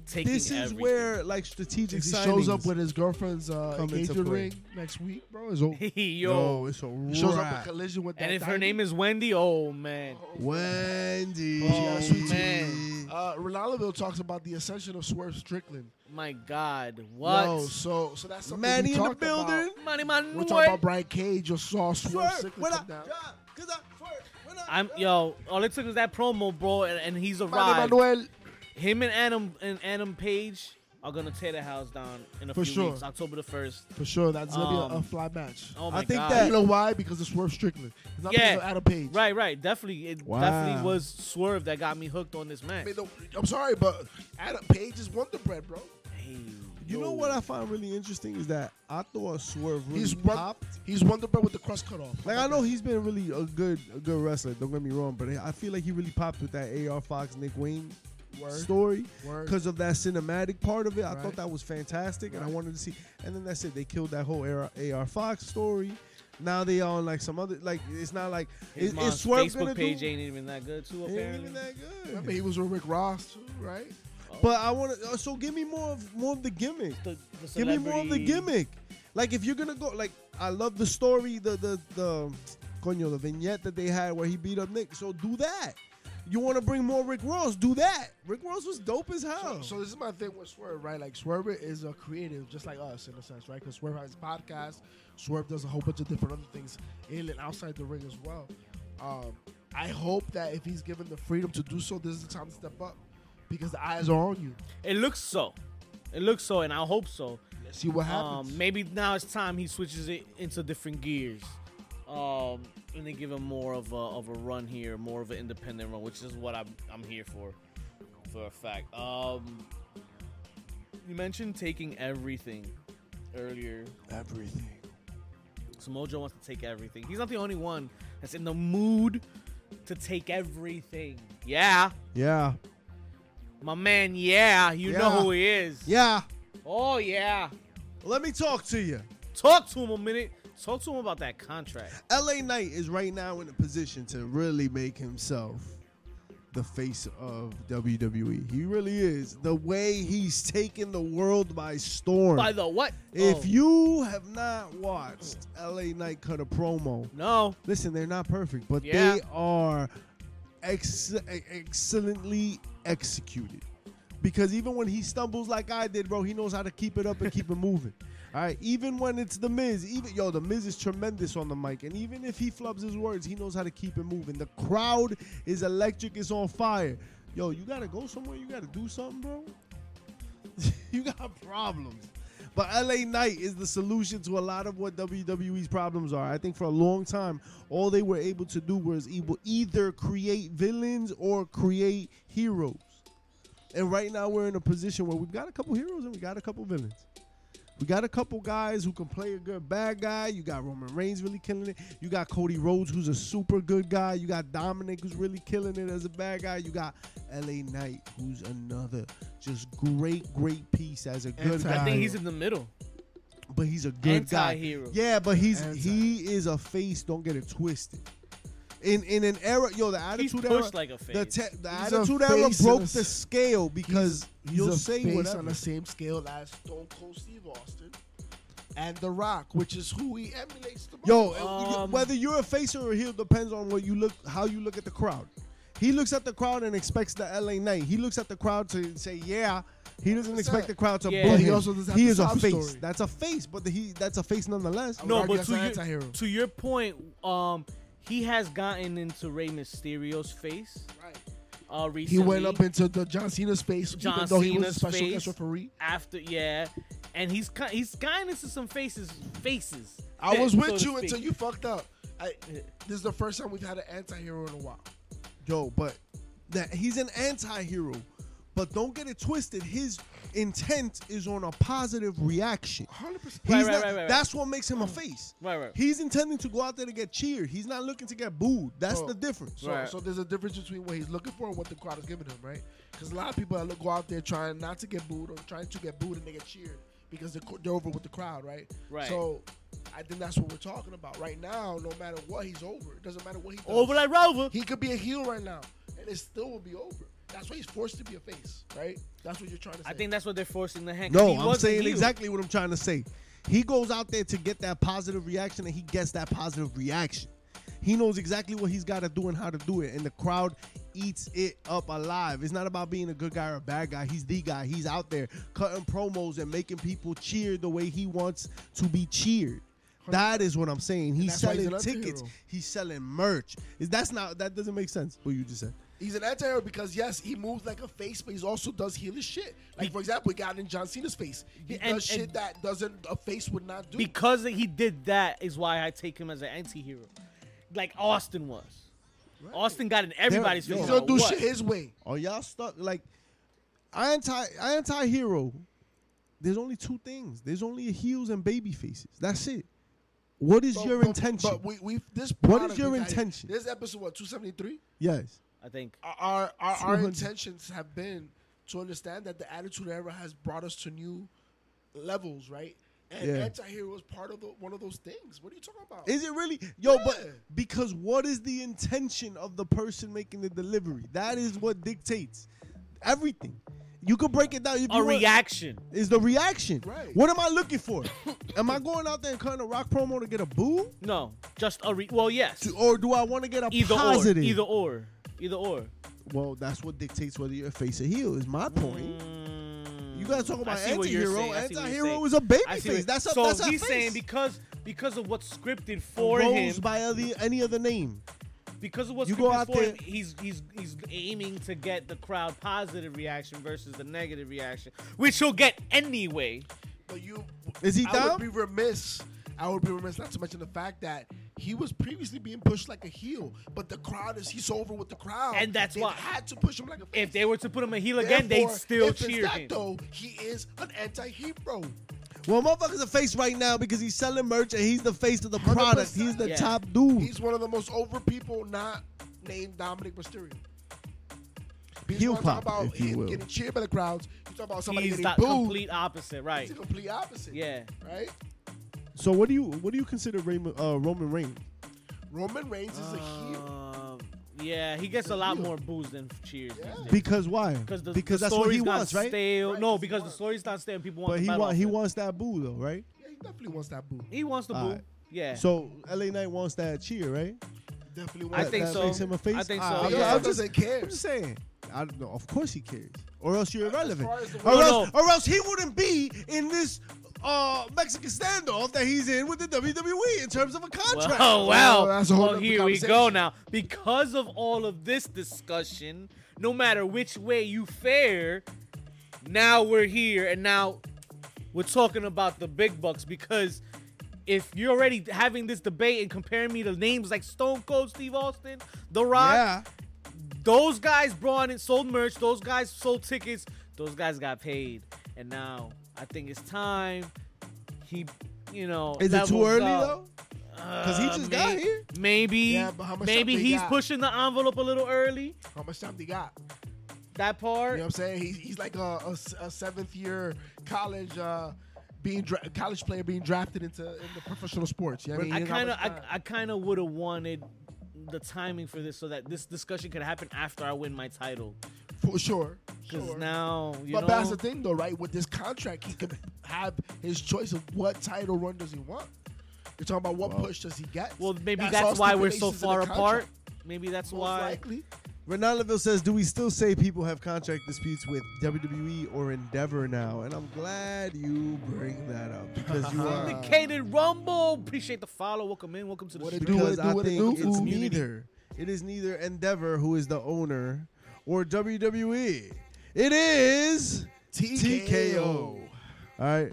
[SPEAKER 1] taking.
[SPEAKER 2] this is
[SPEAKER 1] everything.
[SPEAKER 2] where like strategic
[SPEAKER 3] If he
[SPEAKER 2] signings.
[SPEAKER 3] shows up with his girlfriend's uh,
[SPEAKER 2] come into
[SPEAKER 3] engagement
[SPEAKER 2] play.
[SPEAKER 3] ring next week, bro, it's over.
[SPEAKER 1] (laughs) yo.
[SPEAKER 2] yo, it's a
[SPEAKER 3] He shows up in
[SPEAKER 2] wrap.
[SPEAKER 3] collision with that.
[SPEAKER 1] and if her name is Wendy, oh man,
[SPEAKER 2] Wendy.
[SPEAKER 1] Oh,
[SPEAKER 2] She got a sweet
[SPEAKER 1] man.
[SPEAKER 2] tooth. Oh,
[SPEAKER 3] uh, Ronaldoville talks about the ascension of Swerve Strickland.
[SPEAKER 1] my God, what?
[SPEAKER 3] Yo, so so that's something
[SPEAKER 2] Manny
[SPEAKER 3] we
[SPEAKER 2] in the
[SPEAKER 3] talked about.
[SPEAKER 2] building.
[SPEAKER 1] Money, my
[SPEAKER 3] We're
[SPEAKER 1] lord.
[SPEAKER 3] talking about Brian Cage or saw Swerve
[SPEAKER 2] Swerve,
[SPEAKER 3] Strickland
[SPEAKER 2] when I
[SPEAKER 3] come down.
[SPEAKER 2] drop, 'cause I swerve, when I
[SPEAKER 1] I'm
[SPEAKER 2] drop.
[SPEAKER 1] yo. All it took was that promo, bro, and, and he's
[SPEAKER 3] Manny
[SPEAKER 1] arrived.
[SPEAKER 3] Manuel.
[SPEAKER 1] Him and Adam and Adam Page are gonna tear the house down in a
[SPEAKER 3] For
[SPEAKER 1] few
[SPEAKER 3] sure.
[SPEAKER 1] weeks, October the first.
[SPEAKER 3] For sure, that's gonna be a, a
[SPEAKER 1] Um,
[SPEAKER 3] fly match.
[SPEAKER 1] Oh my
[SPEAKER 2] I think
[SPEAKER 1] God.
[SPEAKER 2] that-
[SPEAKER 3] you know why? Because it's Swerve Strickland. It's not
[SPEAKER 1] Yeah.
[SPEAKER 3] because of Adam Page.
[SPEAKER 1] Right, right. Definitely, it
[SPEAKER 2] Wow.
[SPEAKER 1] definitely was Swerve that got me hooked on this
[SPEAKER 3] I
[SPEAKER 1] match.
[SPEAKER 3] mean, the, I'm sorry, but Adam Page is Wonder Bread, bro.
[SPEAKER 1] Hey,
[SPEAKER 2] You
[SPEAKER 1] yo.
[SPEAKER 2] know what I find really interesting is that I thought Swerve really
[SPEAKER 3] He's one,
[SPEAKER 2] popped.
[SPEAKER 3] he's Wonder Bread with the crust cut off.
[SPEAKER 2] Like I know he's been really a good a good wrestler. Don't get me wrong, but I feel like he really popped with that AR Fox Nick Wayne
[SPEAKER 3] Word.
[SPEAKER 2] story
[SPEAKER 3] Word.
[SPEAKER 2] because of that cinematic part of it. I
[SPEAKER 3] Right.
[SPEAKER 2] thought that was fantastic, and I wanted to see. And then that's it. They killed that whole AR, AR Fox story. Now they on like some other like it's not like
[SPEAKER 1] His
[SPEAKER 2] is,
[SPEAKER 1] mom's
[SPEAKER 2] is Swerve
[SPEAKER 1] Facebook
[SPEAKER 2] gonna
[SPEAKER 1] page
[SPEAKER 2] do?
[SPEAKER 1] ain't even that good too.
[SPEAKER 2] It ain't
[SPEAKER 1] Apparently,
[SPEAKER 2] even that good.
[SPEAKER 3] Remember, he was with Rick Ross, too, right?
[SPEAKER 2] But I want to. So give me more of more of the gimmick.
[SPEAKER 1] the, the
[SPEAKER 2] Give me more of the
[SPEAKER 1] celebrity-
[SPEAKER 2] gimmick. Like if you're gonna go, like I love the story, the the the coño, the vignette that they had where he beat up Nick. So do that. You want to bring more Rick Ross? Do that. Rick Ross was dope as
[SPEAKER 3] So,
[SPEAKER 2] hell.
[SPEAKER 3] so this is my thing with Swerve, right? Like Swerve is a creative, just like us in a sense, right? Because Swerve has podcasts. Swerve does a whole bunch of different other things in and outside the ring as well. Um, I hope that if he's given the freedom to do so, this is the time to step up because the eyes are on you.
[SPEAKER 1] It looks so. It looks so, and I hope so.
[SPEAKER 3] Let's see what happens.
[SPEAKER 1] Um, maybe now it's time he switches it into different gears. Um, and they give him more of a, of a run here, more of an independent run, which is what I'm, I'm here for, for a fact. Um, you mentioned taking everything earlier.
[SPEAKER 2] Everything.
[SPEAKER 1] So Mojo wants to take everything. He's not the only one that's in the mood to take everything. Yeah,
[SPEAKER 2] Yeah.
[SPEAKER 1] my man. Yeah, you know
[SPEAKER 2] Yeah.
[SPEAKER 1] who he is.
[SPEAKER 2] Yeah.
[SPEAKER 1] Oh yeah.
[SPEAKER 2] Let me talk to you.
[SPEAKER 1] Talk to him a minute. Talk to him about that contract.
[SPEAKER 2] LA Knight is right now in a position to really make himself the face of WWE. He really is. The way he's taken the world by storm.
[SPEAKER 1] By the what?
[SPEAKER 2] if
[SPEAKER 1] Oh,
[SPEAKER 2] you have not watched LA Knight cut a promo,
[SPEAKER 1] no,
[SPEAKER 2] listen, they're not perfect, but
[SPEAKER 1] Yeah.
[SPEAKER 2] they are ex- e-, excellently executed. Because even when he stumbles like I did, bro, he knows how to keep it up and
[SPEAKER 1] (laughs)
[SPEAKER 2] keep it moving. All right, even when it's the Miz, even yo, the Miz is tremendous on the mic, and even if he flubs his words, he knows how to keep it moving. The crowd is electric, it's on fire. Yo, you gotta go somewhere, you gotta do something, bro. (laughs) you got problems. But LA Knight is the solution to a lot of what WWE's problems are. I think for a long time, all they were able to do was e- either create villains or create heroes. And right now, we're in a position where we've got a couple heroes and we got a couple villains. We got a couple guys who can play a good bad guy. You got Roman Reigns really killing it. You got Cody Rhodes, who's a super good guy. You got Dominic, who's really killing it as a bad guy. You got LA Knight, who's another just great, great piece as a good
[SPEAKER 3] Anti-
[SPEAKER 2] guy
[SPEAKER 1] I think he's in the middle.
[SPEAKER 2] but he's a good
[SPEAKER 1] Anti-hero.
[SPEAKER 2] guy. Yeah, but he's
[SPEAKER 3] Anti.
[SPEAKER 2] he is a face. Don't get it twisted. In in an era, yo, the
[SPEAKER 1] He's
[SPEAKER 2] attitude era,
[SPEAKER 1] pushed like a
[SPEAKER 2] the,
[SPEAKER 1] face.
[SPEAKER 2] te- the
[SPEAKER 3] He's a
[SPEAKER 2] attitude era
[SPEAKER 3] face
[SPEAKER 2] broke
[SPEAKER 3] in a
[SPEAKER 2] the
[SPEAKER 3] s-
[SPEAKER 2] scale because
[SPEAKER 3] He's
[SPEAKER 2] you'll
[SPEAKER 3] a
[SPEAKER 2] say
[SPEAKER 3] face
[SPEAKER 2] whatever.
[SPEAKER 3] on the same scale as Stone Cold Steve Austin and The Rock, which is who he emulates the most.
[SPEAKER 2] Yo,
[SPEAKER 1] Um,
[SPEAKER 2] whether you're a face or a heel depends on what you look, how you look at the crowd. He looks at the crowd and expects the LA Knight. He looks at the crowd to say, "Yeah." He doesn't expect the crowd to
[SPEAKER 1] Yeah.
[SPEAKER 2] boo
[SPEAKER 1] But
[SPEAKER 2] him.
[SPEAKER 1] he
[SPEAKER 2] He,
[SPEAKER 3] also doesn't have the
[SPEAKER 2] is a
[SPEAKER 3] sob
[SPEAKER 2] face.
[SPEAKER 3] story.
[SPEAKER 2] That's a face, but the, he that's a face nonetheless.
[SPEAKER 3] I would
[SPEAKER 1] no,
[SPEAKER 3] argue
[SPEAKER 1] but
[SPEAKER 3] that's
[SPEAKER 1] to
[SPEAKER 3] an
[SPEAKER 1] your,
[SPEAKER 3] anti-hero.
[SPEAKER 1] to your point, um, he has gotten into Rey Mysterio's face
[SPEAKER 3] Right.
[SPEAKER 1] uh,
[SPEAKER 3] He
[SPEAKER 1] recently.
[SPEAKER 3] went up into the John Cena space,
[SPEAKER 1] John
[SPEAKER 3] even though he was a
[SPEAKER 1] Cena's
[SPEAKER 3] special
[SPEAKER 1] space.
[SPEAKER 3] guest referee.
[SPEAKER 1] after, yeah, and he's ki- he's gotten into some faces, faces.
[SPEAKER 3] I was
[SPEAKER 1] so
[SPEAKER 3] with
[SPEAKER 1] to
[SPEAKER 3] you
[SPEAKER 1] speak.
[SPEAKER 3] until you fucked up. I, this is the first time we've had an anti-hero in a while.
[SPEAKER 2] Yo, but that he's an anti-hero. But don't get it twisted. His intent is on a positive reaction.
[SPEAKER 3] 100%.
[SPEAKER 2] He's
[SPEAKER 1] Right, right,
[SPEAKER 2] not,
[SPEAKER 1] right, right, right.
[SPEAKER 2] That's what makes him a face.
[SPEAKER 1] Right, right.
[SPEAKER 2] He's intending to go out there to get cheered. He's not looking to get booed. That's
[SPEAKER 3] Bro.
[SPEAKER 2] the difference.
[SPEAKER 3] So,
[SPEAKER 1] Right.
[SPEAKER 3] so there's a difference between what he's looking for and what the crowd is giving him, right? Because a lot of people that look- go out there trying not to get booed or trying to get booed and they get cheered because they're, co- they're over with the crowd, right?
[SPEAKER 1] Right.
[SPEAKER 3] So I think that's what we're talking about right now. No matter what, he's over. It doesn't matter what he does.
[SPEAKER 1] Over like Rover.
[SPEAKER 3] He could be a heel right now, and it still will be over. That's why he's forced to be a face, right? That's what you're trying to say.
[SPEAKER 1] I think that's what they're forcing the hand. 'cause
[SPEAKER 2] No,
[SPEAKER 1] he
[SPEAKER 2] I'm
[SPEAKER 1] was a
[SPEAKER 2] saying
[SPEAKER 1] heel.
[SPEAKER 2] exactly what I'm trying to say. He goes out there to get that positive reaction, and he gets that positive reaction. He knows exactly what he's got to do and how to do it, and the crowd eats it up alive. It's not about being a good guy or a bad guy. He's the guy. He's out there cutting promos and making people cheer the way he wants to be cheered. That is what I'm saying. He's
[SPEAKER 3] that's why he's
[SPEAKER 2] selling
[SPEAKER 3] an
[SPEAKER 2] tickets.
[SPEAKER 3] anti-hero.
[SPEAKER 2] He's selling merch. Is that's not that doesn't make sense? What you just said.
[SPEAKER 3] He's an anti-hero because yes, he moves like a face, but he also does heelish shit. Like for example, he got in John Cena's face. He
[SPEAKER 1] And-
[SPEAKER 3] does
[SPEAKER 1] and-
[SPEAKER 3] shit that doesn't a face would not do.
[SPEAKER 1] because he did that is why I take him as an anti-hero. Like Austin was. Austin got in everybody's
[SPEAKER 2] Yo,
[SPEAKER 1] face.
[SPEAKER 3] He's
[SPEAKER 1] no
[SPEAKER 3] gonna do
[SPEAKER 1] matter
[SPEAKER 3] shit
[SPEAKER 1] what.
[SPEAKER 3] his way.
[SPEAKER 2] Are y'all stuck? Like, anti anti hero. There's only two things. There's only heels and baby faces. That's it. What is your intention?
[SPEAKER 3] But we, we this.
[SPEAKER 2] What
[SPEAKER 3] product
[SPEAKER 2] is your
[SPEAKER 3] we've had-
[SPEAKER 2] intention?
[SPEAKER 3] This episode what two seventy three.
[SPEAKER 2] yes.
[SPEAKER 1] I think.
[SPEAKER 3] Our our, our
[SPEAKER 2] 200.
[SPEAKER 3] intentions have been to understand that the Attitude Era has brought us to new levels, right? And
[SPEAKER 2] Yeah.
[SPEAKER 3] anti-hero is part of the, one of those things. What are you talking about?
[SPEAKER 2] Is it really? Yo, but
[SPEAKER 3] Yeah.
[SPEAKER 2] because what is the intention of the person making the delivery? That is what dictates everything. You could break it down. If you
[SPEAKER 1] A
[SPEAKER 2] want-
[SPEAKER 1] reaction.
[SPEAKER 2] is the reaction.
[SPEAKER 3] Right.
[SPEAKER 2] What am I looking for? am I going out there and cutting a rock promo to get a boo,
[SPEAKER 1] No, just a re- well, yes.
[SPEAKER 2] To- or do I want to get a
[SPEAKER 1] Either
[SPEAKER 2] positive?
[SPEAKER 1] or. Either or. Either or.
[SPEAKER 2] well, that's what dictates whether you're a face or heel. Is my point. You guys talk
[SPEAKER 1] Mm, I
[SPEAKER 2] about
[SPEAKER 1] see what you're
[SPEAKER 2] Oh, anti-hero.
[SPEAKER 1] saying. I see what you're
[SPEAKER 2] Anti-hero
[SPEAKER 1] saying.
[SPEAKER 2] is a baby
[SPEAKER 1] I see
[SPEAKER 2] face.
[SPEAKER 1] what-
[SPEAKER 2] That's a
[SPEAKER 1] so
[SPEAKER 2] that's a
[SPEAKER 1] he's
[SPEAKER 2] face.
[SPEAKER 1] saying because because of what's scripted for
[SPEAKER 2] Rose
[SPEAKER 1] him,
[SPEAKER 2] by other, any other name.
[SPEAKER 1] because of what's
[SPEAKER 2] You
[SPEAKER 1] scripted
[SPEAKER 2] go out
[SPEAKER 1] for
[SPEAKER 2] there-
[SPEAKER 1] him, he's he's he's aiming to get the crowd positive reaction versus the negative reaction, which he'll get anyway.
[SPEAKER 3] But you
[SPEAKER 2] Is he
[SPEAKER 3] I
[SPEAKER 2] down?
[SPEAKER 3] would be remiss. I would be remiss not to mention the fact that he was previously being pushed like a heel, but the crowd is he's over with the crowd,
[SPEAKER 1] And that's
[SPEAKER 3] they
[SPEAKER 1] why-
[SPEAKER 3] had to push him like a.
[SPEAKER 1] If
[SPEAKER 3] face.
[SPEAKER 1] they were to put him a heel again, they'd
[SPEAKER 3] Therefore,
[SPEAKER 1] still
[SPEAKER 3] if
[SPEAKER 1] cheer
[SPEAKER 3] it's that,
[SPEAKER 1] him.
[SPEAKER 3] Though he is an anti-hero.
[SPEAKER 2] Well, motherfucker's a face right now because he's selling merch and he's the face of the product.
[SPEAKER 3] 100%.
[SPEAKER 2] He's the
[SPEAKER 1] Yeah.
[SPEAKER 2] top dude.
[SPEAKER 3] He's one of the most over people not named Dominic Mysterio.
[SPEAKER 2] Heel
[SPEAKER 3] Because you wanna talk
[SPEAKER 2] pop,
[SPEAKER 3] about
[SPEAKER 2] if you
[SPEAKER 3] him
[SPEAKER 2] will.
[SPEAKER 3] getting cheered by the crowds. You talk about somebody
[SPEAKER 1] He's the
[SPEAKER 3] getting booed.
[SPEAKER 1] complete opposite, right?
[SPEAKER 3] It's the complete opposite.
[SPEAKER 1] Yeah.
[SPEAKER 3] Right.
[SPEAKER 2] so what do you what do you consider Raymond, uh, Roman Reigns?
[SPEAKER 3] Roman Reigns is a heel.
[SPEAKER 1] Um, yeah, he gets a lot
[SPEAKER 3] heel.
[SPEAKER 1] more boos than cheers.
[SPEAKER 3] Yeah.
[SPEAKER 2] Because why?
[SPEAKER 1] Because the,
[SPEAKER 2] because
[SPEAKER 1] the
[SPEAKER 2] that's what
[SPEAKER 1] story's
[SPEAKER 2] he
[SPEAKER 1] not
[SPEAKER 2] wants, right?
[SPEAKER 1] Stale.
[SPEAKER 3] Right,
[SPEAKER 1] no,
[SPEAKER 3] that's
[SPEAKER 1] because
[SPEAKER 3] what
[SPEAKER 1] the
[SPEAKER 3] he
[SPEAKER 1] story's not stale. and People want.
[SPEAKER 2] But
[SPEAKER 1] the
[SPEAKER 2] he
[SPEAKER 1] battle
[SPEAKER 2] want, he
[SPEAKER 1] off it.
[SPEAKER 2] wants that boo though, right?
[SPEAKER 3] Yeah, he definitely wants that boo.
[SPEAKER 1] He wants the boo.
[SPEAKER 2] Alright.
[SPEAKER 1] Yeah.
[SPEAKER 2] So LA Knight wants that cheer, right?
[SPEAKER 3] Definitely
[SPEAKER 1] I
[SPEAKER 3] wants
[SPEAKER 2] That-
[SPEAKER 1] think
[SPEAKER 2] that
[SPEAKER 1] so.
[SPEAKER 2] Makes him a face.
[SPEAKER 1] I think so,
[SPEAKER 2] Alright,
[SPEAKER 1] yeah.
[SPEAKER 2] I'm, just,
[SPEAKER 3] Doesn't
[SPEAKER 2] I'm
[SPEAKER 3] care.
[SPEAKER 2] just saying. I don't know. Of course he cares, or else you're
[SPEAKER 3] As far
[SPEAKER 2] irrelevant,
[SPEAKER 3] as the-
[SPEAKER 2] or
[SPEAKER 1] No,
[SPEAKER 2] else
[SPEAKER 1] no.
[SPEAKER 2] or else he wouldn't be in this uh, Mexican standoff that he's in with the WWE in terms of a contract.
[SPEAKER 1] Oh well, (laughs)
[SPEAKER 3] Oh, that's a whole
[SPEAKER 1] well,
[SPEAKER 3] nother
[SPEAKER 1] here we go
[SPEAKER 3] conversation.
[SPEAKER 1] now. Because of all of this discussion, no matter which way you fare, now we're here and now we're talking about the big bucks because if you're already having this debate and comparing me to names like Stone Cold Steve Austin, The Rock,
[SPEAKER 2] yeah.
[SPEAKER 1] those guys brought and sold merch. Those guys sold tickets. Those guys got paid. And now I think it's time he, you know,
[SPEAKER 2] Is it too
[SPEAKER 1] levels
[SPEAKER 2] early
[SPEAKER 1] up.
[SPEAKER 2] though? 'Cause he
[SPEAKER 1] Uh,
[SPEAKER 2] just
[SPEAKER 1] may-
[SPEAKER 2] got here.
[SPEAKER 1] Maybe,
[SPEAKER 3] Yeah, but how much
[SPEAKER 1] maybe
[SPEAKER 3] time they
[SPEAKER 1] he's
[SPEAKER 3] got?
[SPEAKER 1] pushing the envelope a little early.
[SPEAKER 3] How much time they got?
[SPEAKER 1] That
[SPEAKER 3] You
[SPEAKER 1] part.
[SPEAKER 3] know what I'm saying? He's, he's like a, a s- a seventh year college uh, being dra- college player being drafted into into professional sports. Yeah,
[SPEAKER 1] I kind of, I, I kind of would have wanted the timing for this so that this discussion could happen after I win my title.
[SPEAKER 3] for sure.
[SPEAKER 1] Because
[SPEAKER 3] sure.
[SPEAKER 1] now, you
[SPEAKER 3] but
[SPEAKER 1] know,
[SPEAKER 3] that's the thing, though, right? With this contract, he can have his choice of what title run does he want. You're talking about what
[SPEAKER 2] Well-
[SPEAKER 3] push does he get?
[SPEAKER 1] well, maybe that's,
[SPEAKER 3] all
[SPEAKER 1] why we're so
[SPEAKER 3] stipulations in the
[SPEAKER 1] far apart.
[SPEAKER 3] contract,
[SPEAKER 1] Maybe that's
[SPEAKER 3] Most
[SPEAKER 1] why.
[SPEAKER 3] likely.
[SPEAKER 2] Ronaldoville says, "Do we still say people have contract disputes with WWE or Endeavor now?" And I'm glad you bring that up
[SPEAKER 1] (laughs)
[SPEAKER 2] because you are.
[SPEAKER 1] Syndicated Rumble. Appreciate the follow. Welcome in. Welcome to the
[SPEAKER 3] What it
[SPEAKER 1] stream.
[SPEAKER 3] do, what
[SPEAKER 2] Because
[SPEAKER 3] it do,
[SPEAKER 2] I
[SPEAKER 3] what it
[SPEAKER 2] think
[SPEAKER 3] do,
[SPEAKER 2] it's
[SPEAKER 3] ooh.
[SPEAKER 2] neither. It is neither Endeavor, who is the owner, or WWE. It is TKO.
[SPEAKER 3] TKO.
[SPEAKER 2] All right.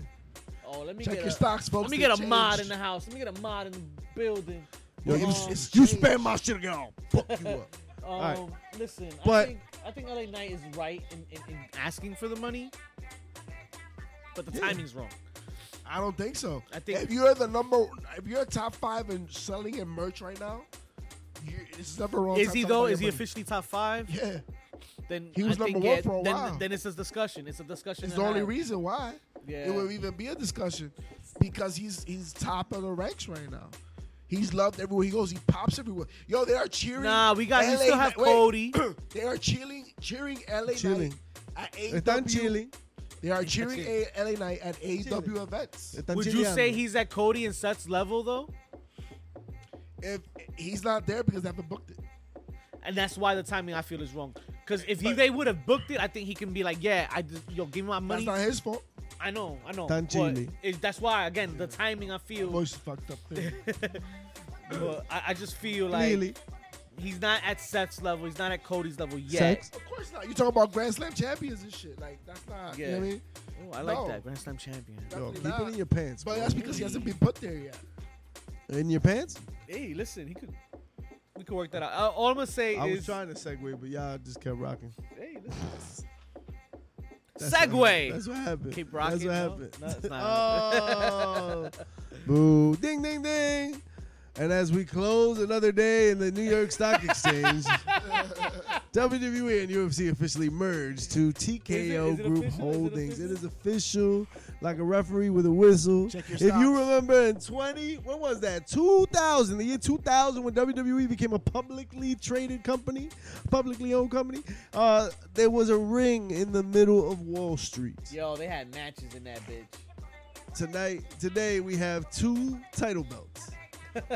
[SPEAKER 1] Oh, let me
[SPEAKER 3] Check
[SPEAKER 1] get
[SPEAKER 3] your
[SPEAKER 1] a,
[SPEAKER 3] stocks, folks.
[SPEAKER 1] Let me
[SPEAKER 3] They
[SPEAKER 1] get a
[SPEAKER 3] changed.
[SPEAKER 1] mod in the house. Let me get a mod in the building.
[SPEAKER 2] Yo, you,
[SPEAKER 1] Um,
[SPEAKER 2] you spam my shit again. I'll fuck you up.
[SPEAKER 1] Um,
[SPEAKER 2] Alright.
[SPEAKER 1] Listen,
[SPEAKER 2] But-
[SPEAKER 1] I, think, I think LA Knight is right in, in, in asking for the money, but the timing's wrong.
[SPEAKER 3] I don't think so.
[SPEAKER 1] I think-
[SPEAKER 3] if you're the number, if you're top five in selling and merch right now, you, it's never wrong.
[SPEAKER 1] Is
[SPEAKER 3] time
[SPEAKER 1] he
[SPEAKER 3] to talk
[SPEAKER 1] though?
[SPEAKER 3] about
[SPEAKER 1] Is he
[SPEAKER 3] your
[SPEAKER 1] officially top five?
[SPEAKER 3] money. Yeah,
[SPEAKER 1] Then
[SPEAKER 3] He was
[SPEAKER 1] I think,
[SPEAKER 3] number one for a
[SPEAKER 1] then,
[SPEAKER 3] while.
[SPEAKER 1] Then it's a discussion. It's a discussion.
[SPEAKER 3] it's
[SPEAKER 1] to
[SPEAKER 3] the only
[SPEAKER 1] have.
[SPEAKER 3] reason why
[SPEAKER 1] Yeah.
[SPEAKER 3] it would even be a discussion because he's he's top of the ranks right now. He's loved everywhere he goes. He pops everywhere. Yo, they are cheering.
[SPEAKER 1] Nah, we got- you
[SPEAKER 3] LA
[SPEAKER 1] still have
[SPEAKER 3] Knight-
[SPEAKER 1] Cody.
[SPEAKER 3] wait. (clears throat) they are cheering, cheering LA
[SPEAKER 2] Chilling.
[SPEAKER 3] Knight at
[SPEAKER 2] Están
[SPEAKER 3] AW.
[SPEAKER 2] chilling.
[SPEAKER 3] They are cheering
[SPEAKER 1] Chilling.
[SPEAKER 3] A- LA Knight at AW events.
[SPEAKER 2] Están
[SPEAKER 1] Would you say
[SPEAKER 2] chileando.
[SPEAKER 1] he's at Cody and Seth's level though?
[SPEAKER 3] If he's not there because they haven't booked it.
[SPEAKER 1] And that's why the timing I feel is wrong. Because if he, they would have booked it, I think he can be like, yeah, I just, yo, give me my
[SPEAKER 3] That's
[SPEAKER 1] money.
[SPEAKER 3] not his fault.
[SPEAKER 1] I know, I know.
[SPEAKER 2] Tan
[SPEAKER 1] But
[SPEAKER 2] Chile.
[SPEAKER 1] it, that's why again the timing I feel.
[SPEAKER 3] Voice is fucked up. too.
[SPEAKER 1] But I, I just feel like
[SPEAKER 2] Clearly.
[SPEAKER 1] he's not at Seth's level. He's not at Cody's level yet.
[SPEAKER 2] Sex?
[SPEAKER 3] Of course not. You talking about Grand Slam champions and shit. Like that's not. You know what I mean?
[SPEAKER 1] Oh, I like
[SPEAKER 3] No.
[SPEAKER 1] that Grand Slam champion.
[SPEAKER 2] Yo,
[SPEAKER 3] Definitely
[SPEAKER 2] keep
[SPEAKER 3] not.
[SPEAKER 2] it in your pants.
[SPEAKER 3] But
[SPEAKER 2] bro.
[SPEAKER 3] that's because he hasn't been put there yet.
[SPEAKER 2] in your pants.
[SPEAKER 1] Hey, listen, he could. We could work that out. Uh, all I'm gonna say
[SPEAKER 2] I was
[SPEAKER 1] is
[SPEAKER 2] trying to segue, but y'all just kept rocking.
[SPEAKER 1] hey, listen.
[SPEAKER 2] That's what happened.
[SPEAKER 1] Segway.
[SPEAKER 2] That's what happened.
[SPEAKER 1] Keep rocking,
[SPEAKER 2] That's what
[SPEAKER 1] no?
[SPEAKER 2] happened.
[SPEAKER 1] No, it's not
[SPEAKER 2] oh, boo! Ding, ding, ding! And as we close another day in the New
[SPEAKER 1] (laughs)
[SPEAKER 2] York Stock Exchange, WWE and UFC officially merged to TKO
[SPEAKER 1] is it official?
[SPEAKER 2] Group
[SPEAKER 1] Is it
[SPEAKER 2] Holdings.
[SPEAKER 1] official?
[SPEAKER 2] it is official, like a referee with a whistle.
[SPEAKER 3] Check your
[SPEAKER 2] If you
[SPEAKER 3] stocks.
[SPEAKER 2] remember in 20, when was that? 2000, the year 2000, when WWE became a publicly traded company, publicly owned company, uh, there was a ring in the middle of Wall Street.
[SPEAKER 1] Yo, they had matches in that bitch.
[SPEAKER 2] Tonight, today we have two title belts. (laughs)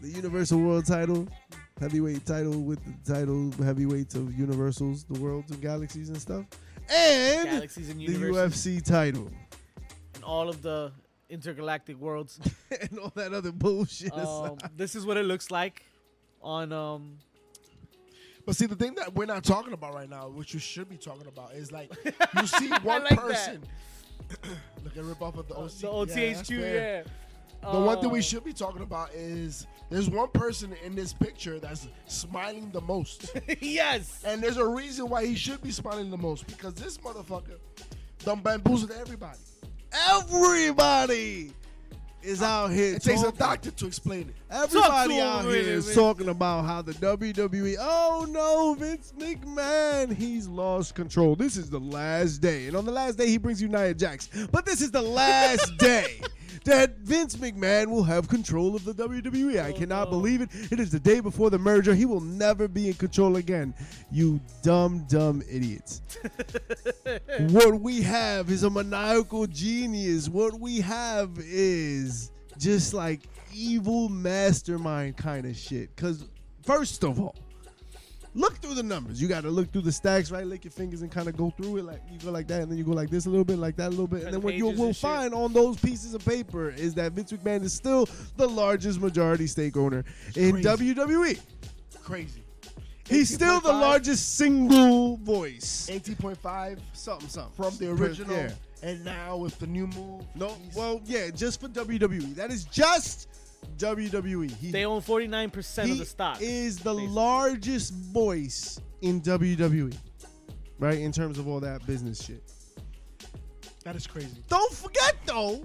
[SPEAKER 2] the Universal World Title, heavyweight title with the title heavyweights of Universals, the worlds and galaxies and stuff, and
[SPEAKER 1] Galaxies and
[SPEAKER 2] the
[SPEAKER 1] universes
[SPEAKER 2] UFC title (laughs)
[SPEAKER 1] and all of the intergalactic worlds.
[SPEAKER 2] and all that other bullshit.
[SPEAKER 1] Um,
[SPEAKER 2] aside.
[SPEAKER 1] this is what it looks like on um,
[SPEAKER 3] But see, the thing that we're not talking about right now, which you should be talking about, is like
[SPEAKER 1] (laughs)
[SPEAKER 3] you see one
[SPEAKER 1] like that.
[SPEAKER 3] person. (clears throat) Look at rip off of the OC.
[SPEAKER 1] the
[SPEAKER 3] Oh, Yeah, that's
[SPEAKER 1] OTHQ.
[SPEAKER 3] fair.
[SPEAKER 1] Yeah.
[SPEAKER 3] The one thing we
[SPEAKER 1] Um,
[SPEAKER 3] should be talking about is there's one person in this picture that's smiling
[SPEAKER 1] (laughs)
[SPEAKER 3] the most.
[SPEAKER 1] yes.
[SPEAKER 3] and there's a reason why he should be smiling the most because this motherfucker done bamboozled everybody.
[SPEAKER 2] everybody is out here.
[SPEAKER 3] It takes a
[SPEAKER 2] talking-
[SPEAKER 3] doctor to explain it.
[SPEAKER 2] Everybody
[SPEAKER 1] him
[SPEAKER 2] out
[SPEAKER 1] with
[SPEAKER 2] here
[SPEAKER 1] it,
[SPEAKER 2] is
[SPEAKER 1] Vince.
[SPEAKER 2] talking about how the WWE. Oh no, Vince McMahon, he's lost control. This is the last day, and on the last day he brings you Nia Jax. But this is the
[SPEAKER 3] (laughs)
[SPEAKER 2] last day that Vince McMahon will have control of the WWE. I
[SPEAKER 1] Oh,
[SPEAKER 2] cannot
[SPEAKER 1] no.
[SPEAKER 2] believe it. It is the day before the merger. He will never be in control again. You dumb, dumb idiots. What we have is a maniacal genius. What we have is just like evil mastermind kind of shit. Because, first of all, look through the numbers. You got to look through the stacks, right? Lick your fingers and kind of go through it. Like you go like that, and then you go like this a little bit, like that a little bit.
[SPEAKER 1] Turn
[SPEAKER 2] And then what you
[SPEAKER 1] pages
[SPEAKER 2] will
[SPEAKER 1] and shit.
[SPEAKER 2] find on those pieces of paper is that Vince McMahon is still the largest majority stake owner in
[SPEAKER 3] Crazy.
[SPEAKER 2] WWE.
[SPEAKER 3] Crazy.
[SPEAKER 2] He's still the
[SPEAKER 3] 18.5.
[SPEAKER 2] largest single voice.
[SPEAKER 3] 18.5
[SPEAKER 2] Something, something.
[SPEAKER 3] from the
[SPEAKER 2] Yeah.
[SPEAKER 3] original, and now with the new move.
[SPEAKER 2] No,
[SPEAKER 3] he's-
[SPEAKER 2] well, yeah, just for WWE. That is just WWE. He,
[SPEAKER 1] They own 49%
[SPEAKER 2] he
[SPEAKER 1] of the stock.
[SPEAKER 2] is the
[SPEAKER 1] basically.
[SPEAKER 2] largest voice in WWE, right? In terms of all that business shit.
[SPEAKER 3] that is crazy.
[SPEAKER 2] Don't forget though,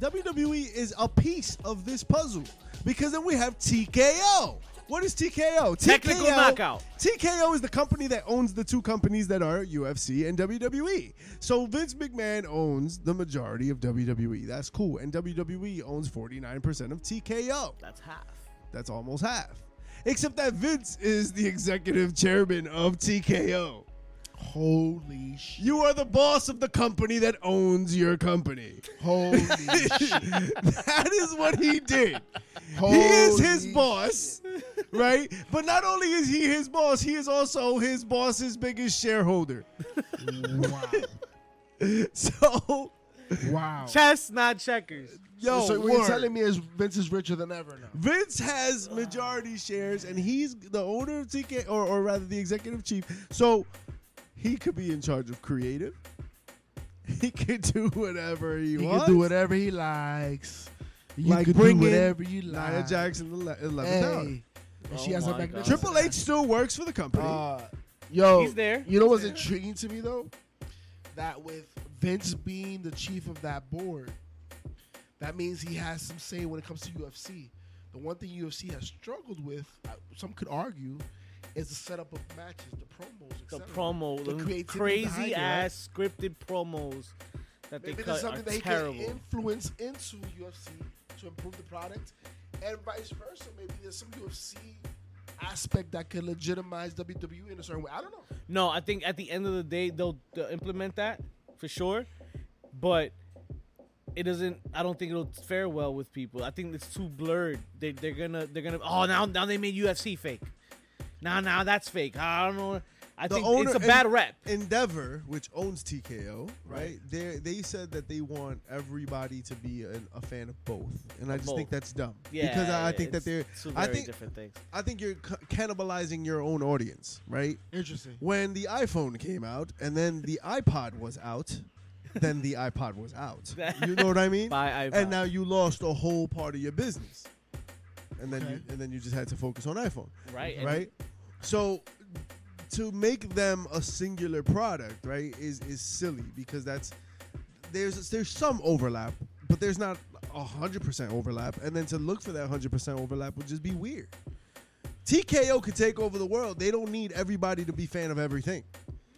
[SPEAKER 2] WWE is a piece of this puzzle because then we have TKO. What is TKO?
[SPEAKER 1] Technical
[SPEAKER 2] TKO
[SPEAKER 1] knockout.
[SPEAKER 2] TKO is the company that owns the two companies that are UFC and WWE. So Vince McMahon owns the majority of WWE. That's cool. And WWE owns 49% of TKO.
[SPEAKER 1] That's half.
[SPEAKER 2] That's almost half. Except that Vince is the executive chairman of TKO.
[SPEAKER 3] Holy shit.
[SPEAKER 2] You are the boss of the company that owns your company. (laughs)
[SPEAKER 3] Holy shit.
[SPEAKER 2] that is what he did.
[SPEAKER 3] Holy
[SPEAKER 2] He is his
[SPEAKER 3] shit.
[SPEAKER 2] boss, right? But not only is he his boss, he is also his boss's biggest shareholder. (laughs)
[SPEAKER 3] Wow.
[SPEAKER 2] So,
[SPEAKER 3] Wow.
[SPEAKER 1] Chess, not checkers.
[SPEAKER 2] yo,
[SPEAKER 3] so what you're
[SPEAKER 2] word.
[SPEAKER 3] telling me is Vince is richer than ever now.
[SPEAKER 2] Vince has majority shares, and he's the owner of TK, or, or rather, the executive chief. So he could be in charge of creative. He could do whatever he,
[SPEAKER 3] He
[SPEAKER 2] wants.
[SPEAKER 3] can do whatever he likes. You
[SPEAKER 2] Like
[SPEAKER 3] can do
[SPEAKER 2] bringing
[SPEAKER 3] whatever you like.
[SPEAKER 2] Nia Jackson, ele- 11th
[SPEAKER 3] Hey.
[SPEAKER 2] hour.
[SPEAKER 3] And
[SPEAKER 1] Oh
[SPEAKER 3] she has a
[SPEAKER 1] my
[SPEAKER 3] magnificent.
[SPEAKER 1] God.
[SPEAKER 2] Triple H still works for the company.
[SPEAKER 3] Uh, yo,
[SPEAKER 1] He's there.
[SPEAKER 3] You know what's
[SPEAKER 1] He's there.
[SPEAKER 3] intriguing to me though? That with Vince being the chief of that board, that means he has some say when it comes to UFC. The one thing UFC has struggled with, uh, some could argue, is the setup of matches, the promos,
[SPEAKER 1] The
[SPEAKER 3] etc.
[SPEAKER 1] promo,
[SPEAKER 3] The
[SPEAKER 1] the
[SPEAKER 3] creativity behind
[SPEAKER 1] crazy
[SPEAKER 3] it,
[SPEAKER 1] ass scripted promos that they
[SPEAKER 3] Maybe
[SPEAKER 1] cut
[SPEAKER 3] there's something
[SPEAKER 1] are
[SPEAKER 3] that he
[SPEAKER 1] terrible.
[SPEAKER 3] can influence into UFC to improve the product, and vice versa. Maybe there's some UFC aspect that could legitimize WWE in a certain way. I don't know.
[SPEAKER 1] No, I think at the end of the day they'll, they'll implement that for sure, but it doesn't. I don't think it'll fare well with people. I think it's too blurred. They, they're gonna they're gonna. Oh, now now they made UFC fake. Now now that's fake. I don't know. I
[SPEAKER 2] The
[SPEAKER 1] think
[SPEAKER 2] owner
[SPEAKER 1] it's a
[SPEAKER 2] and-
[SPEAKER 1] bad rep.
[SPEAKER 2] Endeavor, which owns TKO, right?
[SPEAKER 3] Right.
[SPEAKER 2] They they said that they want everybody to be an, a fan of both, and I just
[SPEAKER 1] both.
[SPEAKER 2] think that's dumb.
[SPEAKER 1] Yeah,
[SPEAKER 2] because I, I think that
[SPEAKER 1] it's
[SPEAKER 2] they're.
[SPEAKER 1] two
[SPEAKER 2] I
[SPEAKER 1] very
[SPEAKER 2] think
[SPEAKER 1] different things.
[SPEAKER 2] I think you're ca- cannibalizing your own audience, right?
[SPEAKER 3] Interesting.
[SPEAKER 2] When the iPhone came out, and
[SPEAKER 1] (laughs)
[SPEAKER 2] then the iPod was out, then the iPod was
[SPEAKER 1] (laughs)
[SPEAKER 2] out. You know what I mean?
[SPEAKER 1] By iPod.
[SPEAKER 2] and now you lost a whole part of your business, and then you
[SPEAKER 3] Okay.
[SPEAKER 2] and then you just had to focus on iPhone
[SPEAKER 1] right and-
[SPEAKER 2] right? So to make them a singular product, right, is is silly because that's there's there's some overlap, but there's not a hundred percent overlap, and then to look for that hundred percent overlap would just be weird. TKO could take over the world. They don't need everybody to be fan of everything,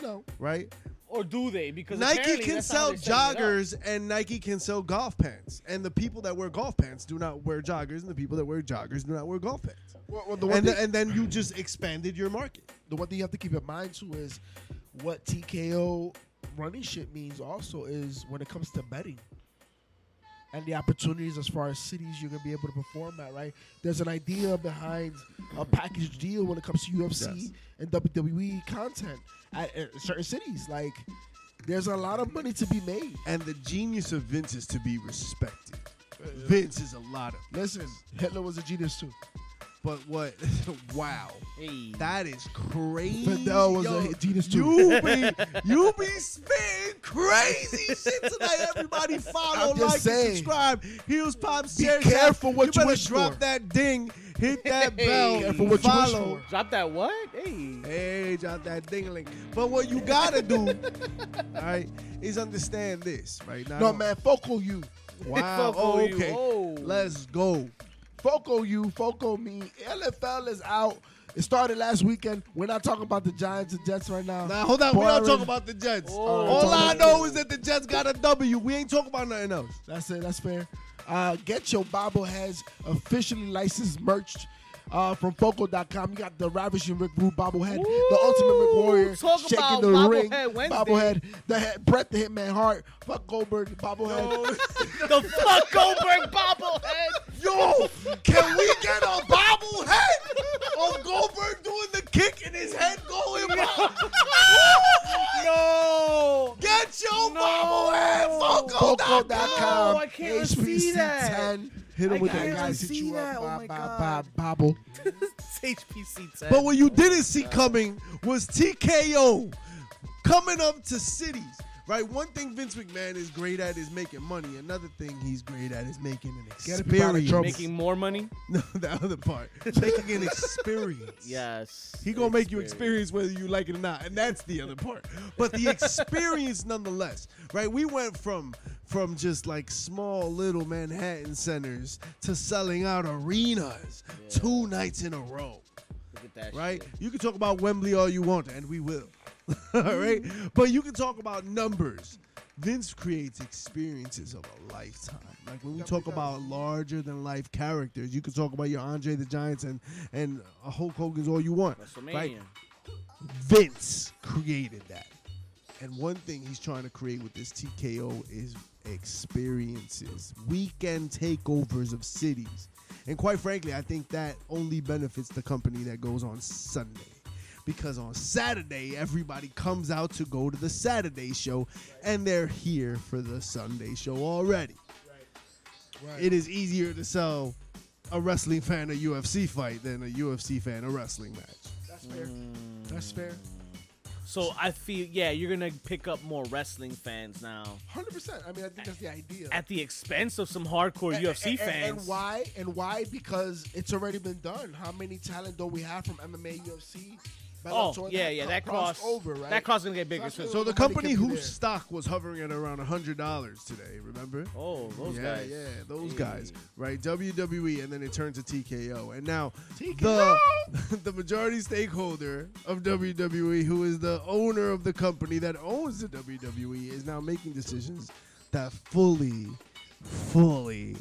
[SPEAKER 3] No.
[SPEAKER 2] right?
[SPEAKER 1] Or do they? Because
[SPEAKER 2] Nike
[SPEAKER 1] apparently
[SPEAKER 2] can
[SPEAKER 1] that's how
[SPEAKER 2] sell
[SPEAKER 1] they're setting it up.
[SPEAKER 2] joggers and Nike can sell golf pants. And the people that wear golf pants do not wear joggers, and the people that wear joggers do not wear golf pants.
[SPEAKER 3] Well, well, the one
[SPEAKER 2] And,
[SPEAKER 3] thing,
[SPEAKER 2] th- and then you just expanded your market.
[SPEAKER 3] the one thing you have to keep in mind too is what TKO running shit means also is when it comes to betting. and the opportunities as far as cities you're gonna be able to perform at, right? There's an idea behind a package deal when it comes to UFC
[SPEAKER 2] Yes.
[SPEAKER 3] and WWE content at, at certain cities. Like, there's a lot of money to be made.
[SPEAKER 2] And the genius of Vince is to be respected. Vince is a lot of,
[SPEAKER 3] Listen, Hitler was a genius too.
[SPEAKER 2] but what? (laughs) wow,
[SPEAKER 1] Hey.
[SPEAKER 2] that is crazy.
[SPEAKER 3] Fidel was
[SPEAKER 2] yo.
[SPEAKER 3] a genius too.
[SPEAKER 2] You
[SPEAKER 3] (laughs)
[SPEAKER 2] be you be spitting crazy shit tonight. Everybody follow,
[SPEAKER 3] I'm just
[SPEAKER 2] like,
[SPEAKER 3] saying.
[SPEAKER 2] and subscribe. Heels pop.
[SPEAKER 3] Be
[SPEAKER 2] share that.
[SPEAKER 3] careful what you
[SPEAKER 2] better
[SPEAKER 3] wish
[SPEAKER 2] drop
[SPEAKER 3] for.
[SPEAKER 2] that ding. Hit that
[SPEAKER 1] Hey.
[SPEAKER 2] bell.
[SPEAKER 1] Careful
[SPEAKER 3] what you wish
[SPEAKER 2] follow.
[SPEAKER 3] for.
[SPEAKER 1] Drop that what? Hey.
[SPEAKER 2] Hey, drop that dingling. But what you gotta
[SPEAKER 3] (laughs)
[SPEAKER 2] do, all right, is understand this right now.
[SPEAKER 3] No man, Foco you,
[SPEAKER 1] (laughs)
[SPEAKER 2] Wow.
[SPEAKER 1] Fuck
[SPEAKER 2] oh,
[SPEAKER 1] you.
[SPEAKER 2] okay.
[SPEAKER 1] Oh.
[SPEAKER 2] Let's go.
[SPEAKER 3] Foco you, Foco me. LFL is out. It started last weekend. We're not talking about the Giants and Jets right now.
[SPEAKER 2] Now hold on. We don't
[SPEAKER 3] Boring.
[SPEAKER 2] talk about the Jets.
[SPEAKER 1] Oh.
[SPEAKER 2] All I
[SPEAKER 3] Talking about-
[SPEAKER 2] know is that the Jets got a W. We ain't talking about nothing else.
[SPEAKER 3] That's it. That's fair. Uh, get your bobbleheads officially licensed merch uh, from Foco.com. You got the Ravishing Rick Rude bobblehead, the Ultimate Rick Warrior,
[SPEAKER 1] Talk
[SPEAKER 3] shaking
[SPEAKER 1] about
[SPEAKER 3] the ring,
[SPEAKER 1] bobblehead Wednesday.
[SPEAKER 3] bobblehead, the head, Brett the Hitman Hart, fuck Goldberg, the bobblehead.
[SPEAKER 1] the fuck Goldberg
[SPEAKER 2] (laughs)
[SPEAKER 1] bobblehead.
[SPEAKER 2] Yo,
[SPEAKER 3] (laughs)
[SPEAKER 2] can we get a bobblehead
[SPEAKER 1] (laughs)
[SPEAKER 2] of Goldberg doing the kick and his head going?
[SPEAKER 1] (laughs)
[SPEAKER 2] wild?
[SPEAKER 1] No.
[SPEAKER 2] Get your
[SPEAKER 1] No.
[SPEAKER 2] bobblehead, Foco.com.
[SPEAKER 1] No, Oh, I can't see that.
[SPEAKER 3] 10. Hit
[SPEAKER 1] I
[SPEAKER 3] him with that
[SPEAKER 1] can't
[SPEAKER 3] guy.
[SPEAKER 1] see
[SPEAKER 3] Hit you
[SPEAKER 1] that.
[SPEAKER 3] up.
[SPEAKER 1] Oh my
[SPEAKER 3] Bob,
[SPEAKER 1] God.
[SPEAKER 3] Bob, Bob, bobble.
[SPEAKER 1] It's HPC 10.
[SPEAKER 2] But what you didn't see coming was TKO coming up to cities. Right, one thing Vince McMahon is great at is making money. Another thing he's great at is making an
[SPEAKER 3] Get people out of
[SPEAKER 2] experience.
[SPEAKER 3] trouble.
[SPEAKER 1] Making more money?
[SPEAKER 2] no, (laughs) the other part, (laughs) making an experience.
[SPEAKER 1] Yes.
[SPEAKER 2] He gonna make you experience whether you like it or not, and that's the other part. But the experience, (laughs) nonetheless, right? We went from from just like small little Manhattan centers to selling out arenas two nights in a row,
[SPEAKER 1] Look at that
[SPEAKER 2] right?
[SPEAKER 1] shit.
[SPEAKER 2] You can talk about Wembley all you want, and we will, (laughs) all right. But you can talk about numbers. Vince creates experiences of a lifetime. Like when we talk about larger than life characters, you can talk about your Andre the Giants and and Hulk Hogan's all you want,
[SPEAKER 1] WrestleMania.
[SPEAKER 2] right? Vince created that. And one thing he's trying to create with this TKO is experiences, weekend takeovers of cities. And quite frankly, I think that only benefits the company that goes on Sunday. Because on Saturday, everybody comes out to go to the Saturday show, and they're here for the Sunday show already. It is easier to sell a wrestling fan a UFC fight than a UFC fan a wrestling match.
[SPEAKER 3] That's fair. That's fair.
[SPEAKER 1] So I feel, yeah, you're gonna pick up more wrestling fans now
[SPEAKER 3] 100%. I mean, I think that's the idea.
[SPEAKER 1] at the expense of some hardcore UFC
[SPEAKER 3] and, and-
[SPEAKER 1] fans.
[SPEAKER 3] And why? And why? Because it's already been done. How many talent don't we have from MMA, UFC?
[SPEAKER 1] Oh
[SPEAKER 3] Bellator
[SPEAKER 1] yeah, yeah,
[SPEAKER 3] co-
[SPEAKER 1] that
[SPEAKER 3] crossed
[SPEAKER 1] cost
[SPEAKER 3] over, right?
[SPEAKER 1] That cost gonna get bigger.
[SPEAKER 3] So I
[SPEAKER 1] soon.
[SPEAKER 3] feel-
[SPEAKER 2] So the
[SPEAKER 3] Nobody
[SPEAKER 2] company
[SPEAKER 3] can be
[SPEAKER 2] whose
[SPEAKER 3] there.
[SPEAKER 2] stock was hovering at around hundred dollars today, remember?
[SPEAKER 1] oh, those
[SPEAKER 2] yeah,
[SPEAKER 1] guys.
[SPEAKER 2] yeah, those
[SPEAKER 1] Hey.
[SPEAKER 2] guys, right? WWE, and then it turned to TKO, and now
[SPEAKER 3] TKO.
[SPEAKER 2] the (laughs) the majority stakeholder of WWE, who is the owner of the company that owns the WWE, is now making decisions that fully, fully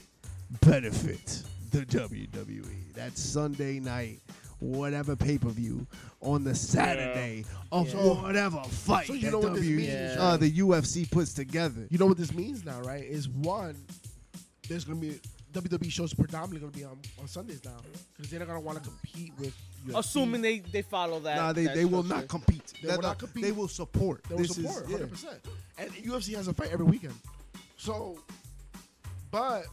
[SPEAKER 2] benefit the WWE. That Sunday night, whatever pay per view on the Saturday of
[SPEAKER 3] So-
[SPEAKER 2] whatever fight
[SPEAKER 3] so you
[SPEAKER 2] that
[SPEAKER 3] know what this
[SPEAKER 2] WWE
[SPEAKER 3] means,
[SPEAKER 2] uh,
[SPEAKER 3] right?
[SPEAKER 2] the UFC puts together.
[SPEAKER 3] You know what this means now, right? Is one, there's gonna be WWE shows predominantly gonna be on, on Sundays now because they're not gonna want to compete with. UFC.
[SPEAKER 1] Assuming they they follow that.
[SPEAKER 2] Nah, they,
[SPEAKER 1] that
[SPEAKER 2] they will
[SPEAKER 1] structure.
[SPEAKER 2] not compete.
[SPEAKER 3] They
[SPEAKER 2] That-
[SPEAKER 3] will not
[SPEAKER 2] that-
[SPEAKER 3] compete.
[SPEAKER 2] They will support.
[SPEAKER 3] they will
[SPEAKER 2] This is-
[SPEAKER 3] support
[SPEAKER 2] yeah.
[SPEAKER 3] 100. percent And UFC has a fight every weekend, so, but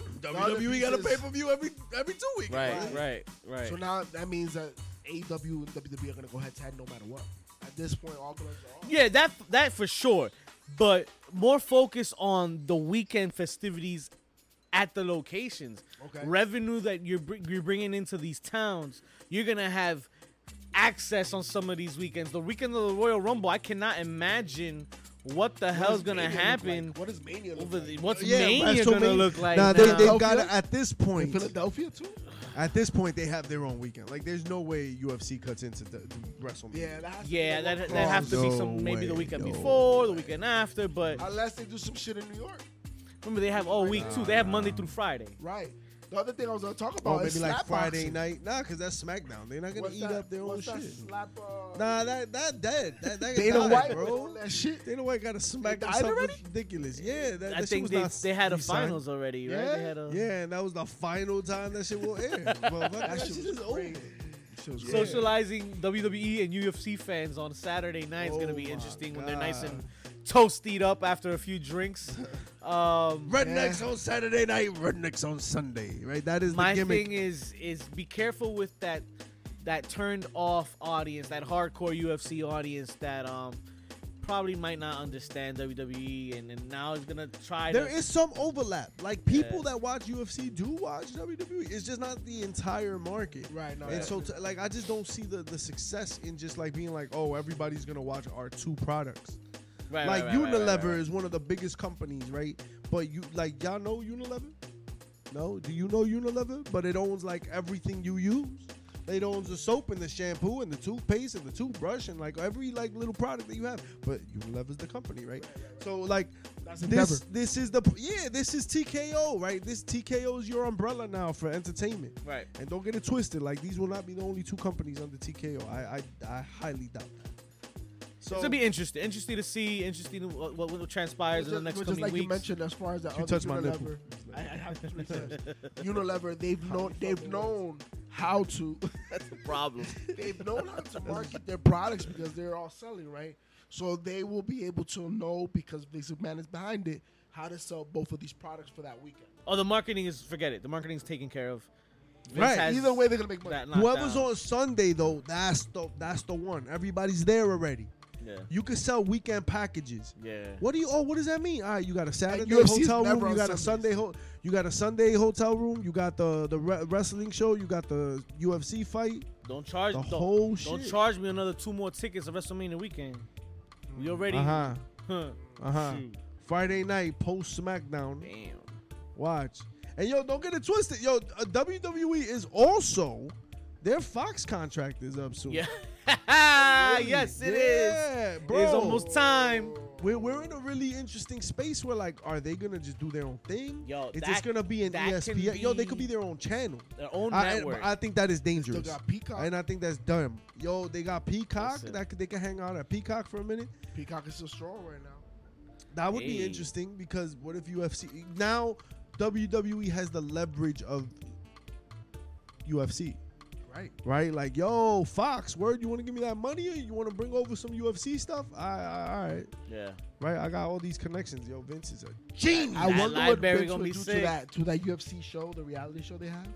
[SPEAKER 1] E
[SPEAKER 2] WWE got a E pay per view every every two weeks.
[SPEAKER 1] Right, right, right.
[SPEAKER 3] So now that means that AW and WWE are gonna go head to head no matter what. At this point, all gloves are off.
[SPEAKER 1] yeah, that that for sure. But more focus on the weekend festivities at the locations.
[SPEAKER 3] Okay.
[SPEAKER 1] Revenue that you're br- you're bringing into these towns, you're gonna have access on some of these weekends. The weekend of the Royal Rumble, I cannot imagine what the hell's
[SPEAKER 3] does
[SPEAKER 1] gonna
[SPEAKER 3] Mania look
[SPEAKER 1] happen.
[SPEAKER 3] Like? What is Mania look
[SPEAKER 1] over the,
[SPEAKER 3] like?
[SPEAKER 1] what's
[SPEAKER 2] Yeah,
[SPEAKER 1] Mania
[SPEAKER 2] WrestleMania-
[SPEAKER 1] gonna look like? now?
[SPEAKER 2] Nah, they they got
[SPEAKER 3] Philadelphia?
[SPEAKER 2] at this
[SPEAKER 3] In
[SPEAKER 2] point.
[SPEAKER 3] Philadelphia too?
[SPEAKER 2] At this point, they have their own weekend. Like, there's no way UFC cuts into the, the WrestleMania.
[SPEAKER 3] Yeah, that has
[SPEAKER 1] yeah,
[SPEAKER 3] to be
[SPEAKER 1] that
[SPEAKER 3] one
[SPEAKER 1] that has to be
[SPEAKER 2] Oh, No
[SPEAKER 1] some maybe the
[SPEAKER 2] way,
[SPEAKER 1] weekend
[SPEAKER 2] no
[SPEAKER 1] before, the weekend after. But
[SPEAKER 3] Unless they do some shit in New York,
[SPEAKER 1] remember, they have all week too. They have Monday through Friday.
[SPEAKER 3] right? The other thing I was gonna talk about
[SPEAKER 2] Or
[SPEAKER 3] is
[SPEAKER 2] maybe like
[SPEAKER 3] slap
[SPEAKER 2] Friday
[SPEAKER 3] Oh, boxing.
[SPEAKER 2] night. Nah, because that's SmackDown. They're not gonna
[SPEAKER 3] What's
[SPEAKER 2] eat
[SPEAKER 3] that-
[SPEAKER 2] up their own
[SPEAKER 3] what's that
[SPEAKER 2] shit.
[SPEAKER 3] Slap, uh,
[SPEAKER 2] Nah, that that dead. That, that
[SPEAKER 3] Dana
[SPEAKER 2] died,
[SPEAKER 3] White, all
[SPEAKER 2] bro.
[SPEAKER 3] that shit.
[SPEAKER 2] Dana White got a smack
[SPEAKER 3] They
[SPEAKER 2] or
[SPEAKER 3] died
[SPEAKER 2] something
[SPEAKER 3] already?
[SPEAKER 2] ridiculous. Yeah, that, that
[SPEAKER 1] I
[SPEAKER 2] shit
[SPEAKER 1] think
[SPEAKER 2] was
[SPEAKER 1] they,
[SPEAKER 2] not
[SPEAKER 1] they had a
[SPEAKER 2] re-signed.
[SPEAKER 1] finals already, right?
[SPEAKER 2] Yeah,
[SPEAKER 1] They had um, a
[SPEAKER 2] yeah, and that was the final time that shit
[SPEAKER 1] (laughs)
[SPEAKER 2] will air. But that shit is over. Yeah.
[SPEAKER 1] Socializing WWE and UFC fans on Saturday night is going to
[SPEAKER 2] Oh
[SPEAKER 1] be
[SPEAKER 2] my
[SPEAKER 1] interesting when they're nice
[SPEAKER 2] God.
[SPEAKER 1] and toasted up after a few
[SPEAKER 2] (laughs)
[SPEAKER 1] drinks. Um,
[SPEAKER 2] Rednecks on Saturday night, rednecks on Sunday. Right, that is
[SPEAKER 1] my
[SPEAKER 2] the gimmick.
[SPEAKER 1] thing is is be careful with that that turned off audience, that hardcore UFC audience that um probably might not understand WWE and, and now is gonna try
[SPEAKER 2] There
[SPEAKER 1] to
[SPEAKER 2] is some overlap. Like people
[SPEAKER 1] Yeah.
[SPEAKER 2] that watch UFC do watch WWE. It's just not the entire market.
[SPEAKER 3] Right, no,
[SPEAKER 2] And
[SPEAKER 3] that's
[SPEAKER 2] so, t- like, I just don't see the the success in just like being like, oh, everybody's gonna watch our two products.
[SPEAKER 1] right,
[SPEAKER 2] like
[SPEAKER 1] right, right, right,
[SPEAKER 2] Unilever
[SPEAKER 1] right, right.
[SPEAKER 2] is one of the biggest companies, right? But you like y'all know Unilever? No, do you know Unilever? But it owns like everything you use. It owns the soap and the shampoo and the toothpaste and the toothbrush and like every like little product that you have. But Unilever's the company, right? So like
[SPEAKER 3] That's
[SPEAKER 2] this this is the yeah this is TKO right? This TKO is your umbrella now for entertainment.
[SPEAKER 1] Right.
[SPEAKER 2] And don't get it twisted. Like these will not be the only two companies under TKO. I I, I highly doubt that. So
[SPEAKER 1] It's gonna be interesting. Interesting to see. Interesting to what, what, what transpires in
[SPEAKER 3] Just,
[SPEAKER 1] the next
[SPEAKER 3] just
[SPEAKER 1] coming
[SPEAKER 3] like you
[SPEAKER 1] weeks.
[SPEAKER 3] mentioned, as far as that
[SPEAKER 2] You
[SPEAKER 3] other
[SPEAKER 2] touched my (laughs)
[SPEAKER 3] Unilever,
[SPEAKER 2] nipple.
[SPEAKER 3] I, I have to research. (laughs)
[SPEAKER 2] (laughs)
[SPEAKER 3] Unilever, they've known they've known how to (laughs)
[SPEAKER 1] problem.
[SPEAKER 3] they've known how to
[SPEAKER 2] (laughs)
[SPEAKER 3] market their products because they're all selling right. So they will be able to know because there's a man is behind it how to sell both of these products for that weekend.
[SPEAKER 1] Oh, the marketing is forget it. The marketing's taken care of. Vince
[SPEAKER 2] Right.
[SPEAKER 1] has
[SPEAKER 3] Either way, they're gonna make money.
[SPEAKER 1] that knocked
[SPEAKER 2] Whoever's
[SPEAKER 1] down.
[SPEAKER 2] on Sunday though, that's the that's the one. Everybody's there already.
[SPEAKER 1] Yeah.
[SPEAKER 2] You can sell weekend packages.
[SPEAKER 1] Yeah.
[SPEAKER 2] What do you? Oh, what does that mean? All right, you got a Saturday
[SPEAKER 3] UFC is
[SPEAKER 2] hotel
[SPEAKER 3] never
[SPEAKER 2] room. You
[SPEAKER 3] on
[SPEAKER 2] got a Sunday.
[SPEAKER 3] Sundays.
[SPEAKER 2] Ho- you got a Sunday hotel room. You got the the re- wrestling show. You got the UFC fight.
[SPEAKER 1] Don't charge
[SPEAKER 2] The
[SPEAKER 1] don't,
[SPEAKER 2] whole
[SPEAKER 1] Don't
[SPEAKER 2] shit.
[SPEAKER 1] charge me another two more tickets of WrestleMania weekend. We already.
[SPEAKER 2] huh.
[SPEAKER 1] Huh.
[SPEAKER 2] Uh huh.
[SPEAKER 1] Shoot.
[SPEAKER 2] Uh-huh, Friday night post SmackDown.
[SPEAKER 1] Damn.
[SPEAKER 2] Watch. And yo, don't get it twisted. Yo, uh, WWE is also their Fox contract is up soon.
[SPEAKER 1] Yeah. (laughs) Ah, yes, it is.
[SPEAKER 2] Yeah,
[SPEAKER 1] It is almost time.
[SPEAKER 2] We're, we're in a really interesting space where like, are they gonna just do their own thing?
[SPEAKER 1] Yo,
[SPEAKER 2] it's
[SPEAKER 1] that-
[SPEAKER 2] just gonna be an E
[SPEAKER 1] that can
[SPEAKER 2] ESPN. Yo, they could be
[SPEAKER 1] be
[SPEAKER 2] their own channel.
[SPEAKER 1] Their own
[SPEAKER 2] I, and-
[SPEAKER 1] network.
[SPEAKER 2] I think that is
[SPEAKER 3] Still
[SPEAKER 2] dangerous,
[SPEAKER 3] got Peacock.
[SPEAKER 2] and I think that's dumb. Yo, they got Peacock.
[SPEAKER 1] Listen.
[SPEAKER 2] That could, they can hang out at Peacock for a minute.
[SPEAKER 3] Peacock is so strong right now.
[SPEAKER 2] That would be
[SPEAKER 1] Hey.
[SPEAKER 2] interesting because what if UFC now WWE has the leverage of UFC,
[SPEAKER 3] Right.
[SPEAKER 2] right? Like, yo, Fox, word, you want to give me that money, or you want to bring over some UFC stuff? I, I, all right.
[SPEAKER 1] yeah.
[SPEAKER 2] Right, I got all these connections. Yo, Vince is a
[SPEAKER 1] Genius.
[SPEAKER 3] I wonder what
[SPEAKER 1] library
[SPEAKER 3] Vince
[SPEAKER 1] gonna
[SPEAKER 3] would
[SPEAKER 1] be
[SPEAKER 3] do to
[SPEAKER 1] sick.
[SPEAKER 3] that to that UFC show, the reality show they have.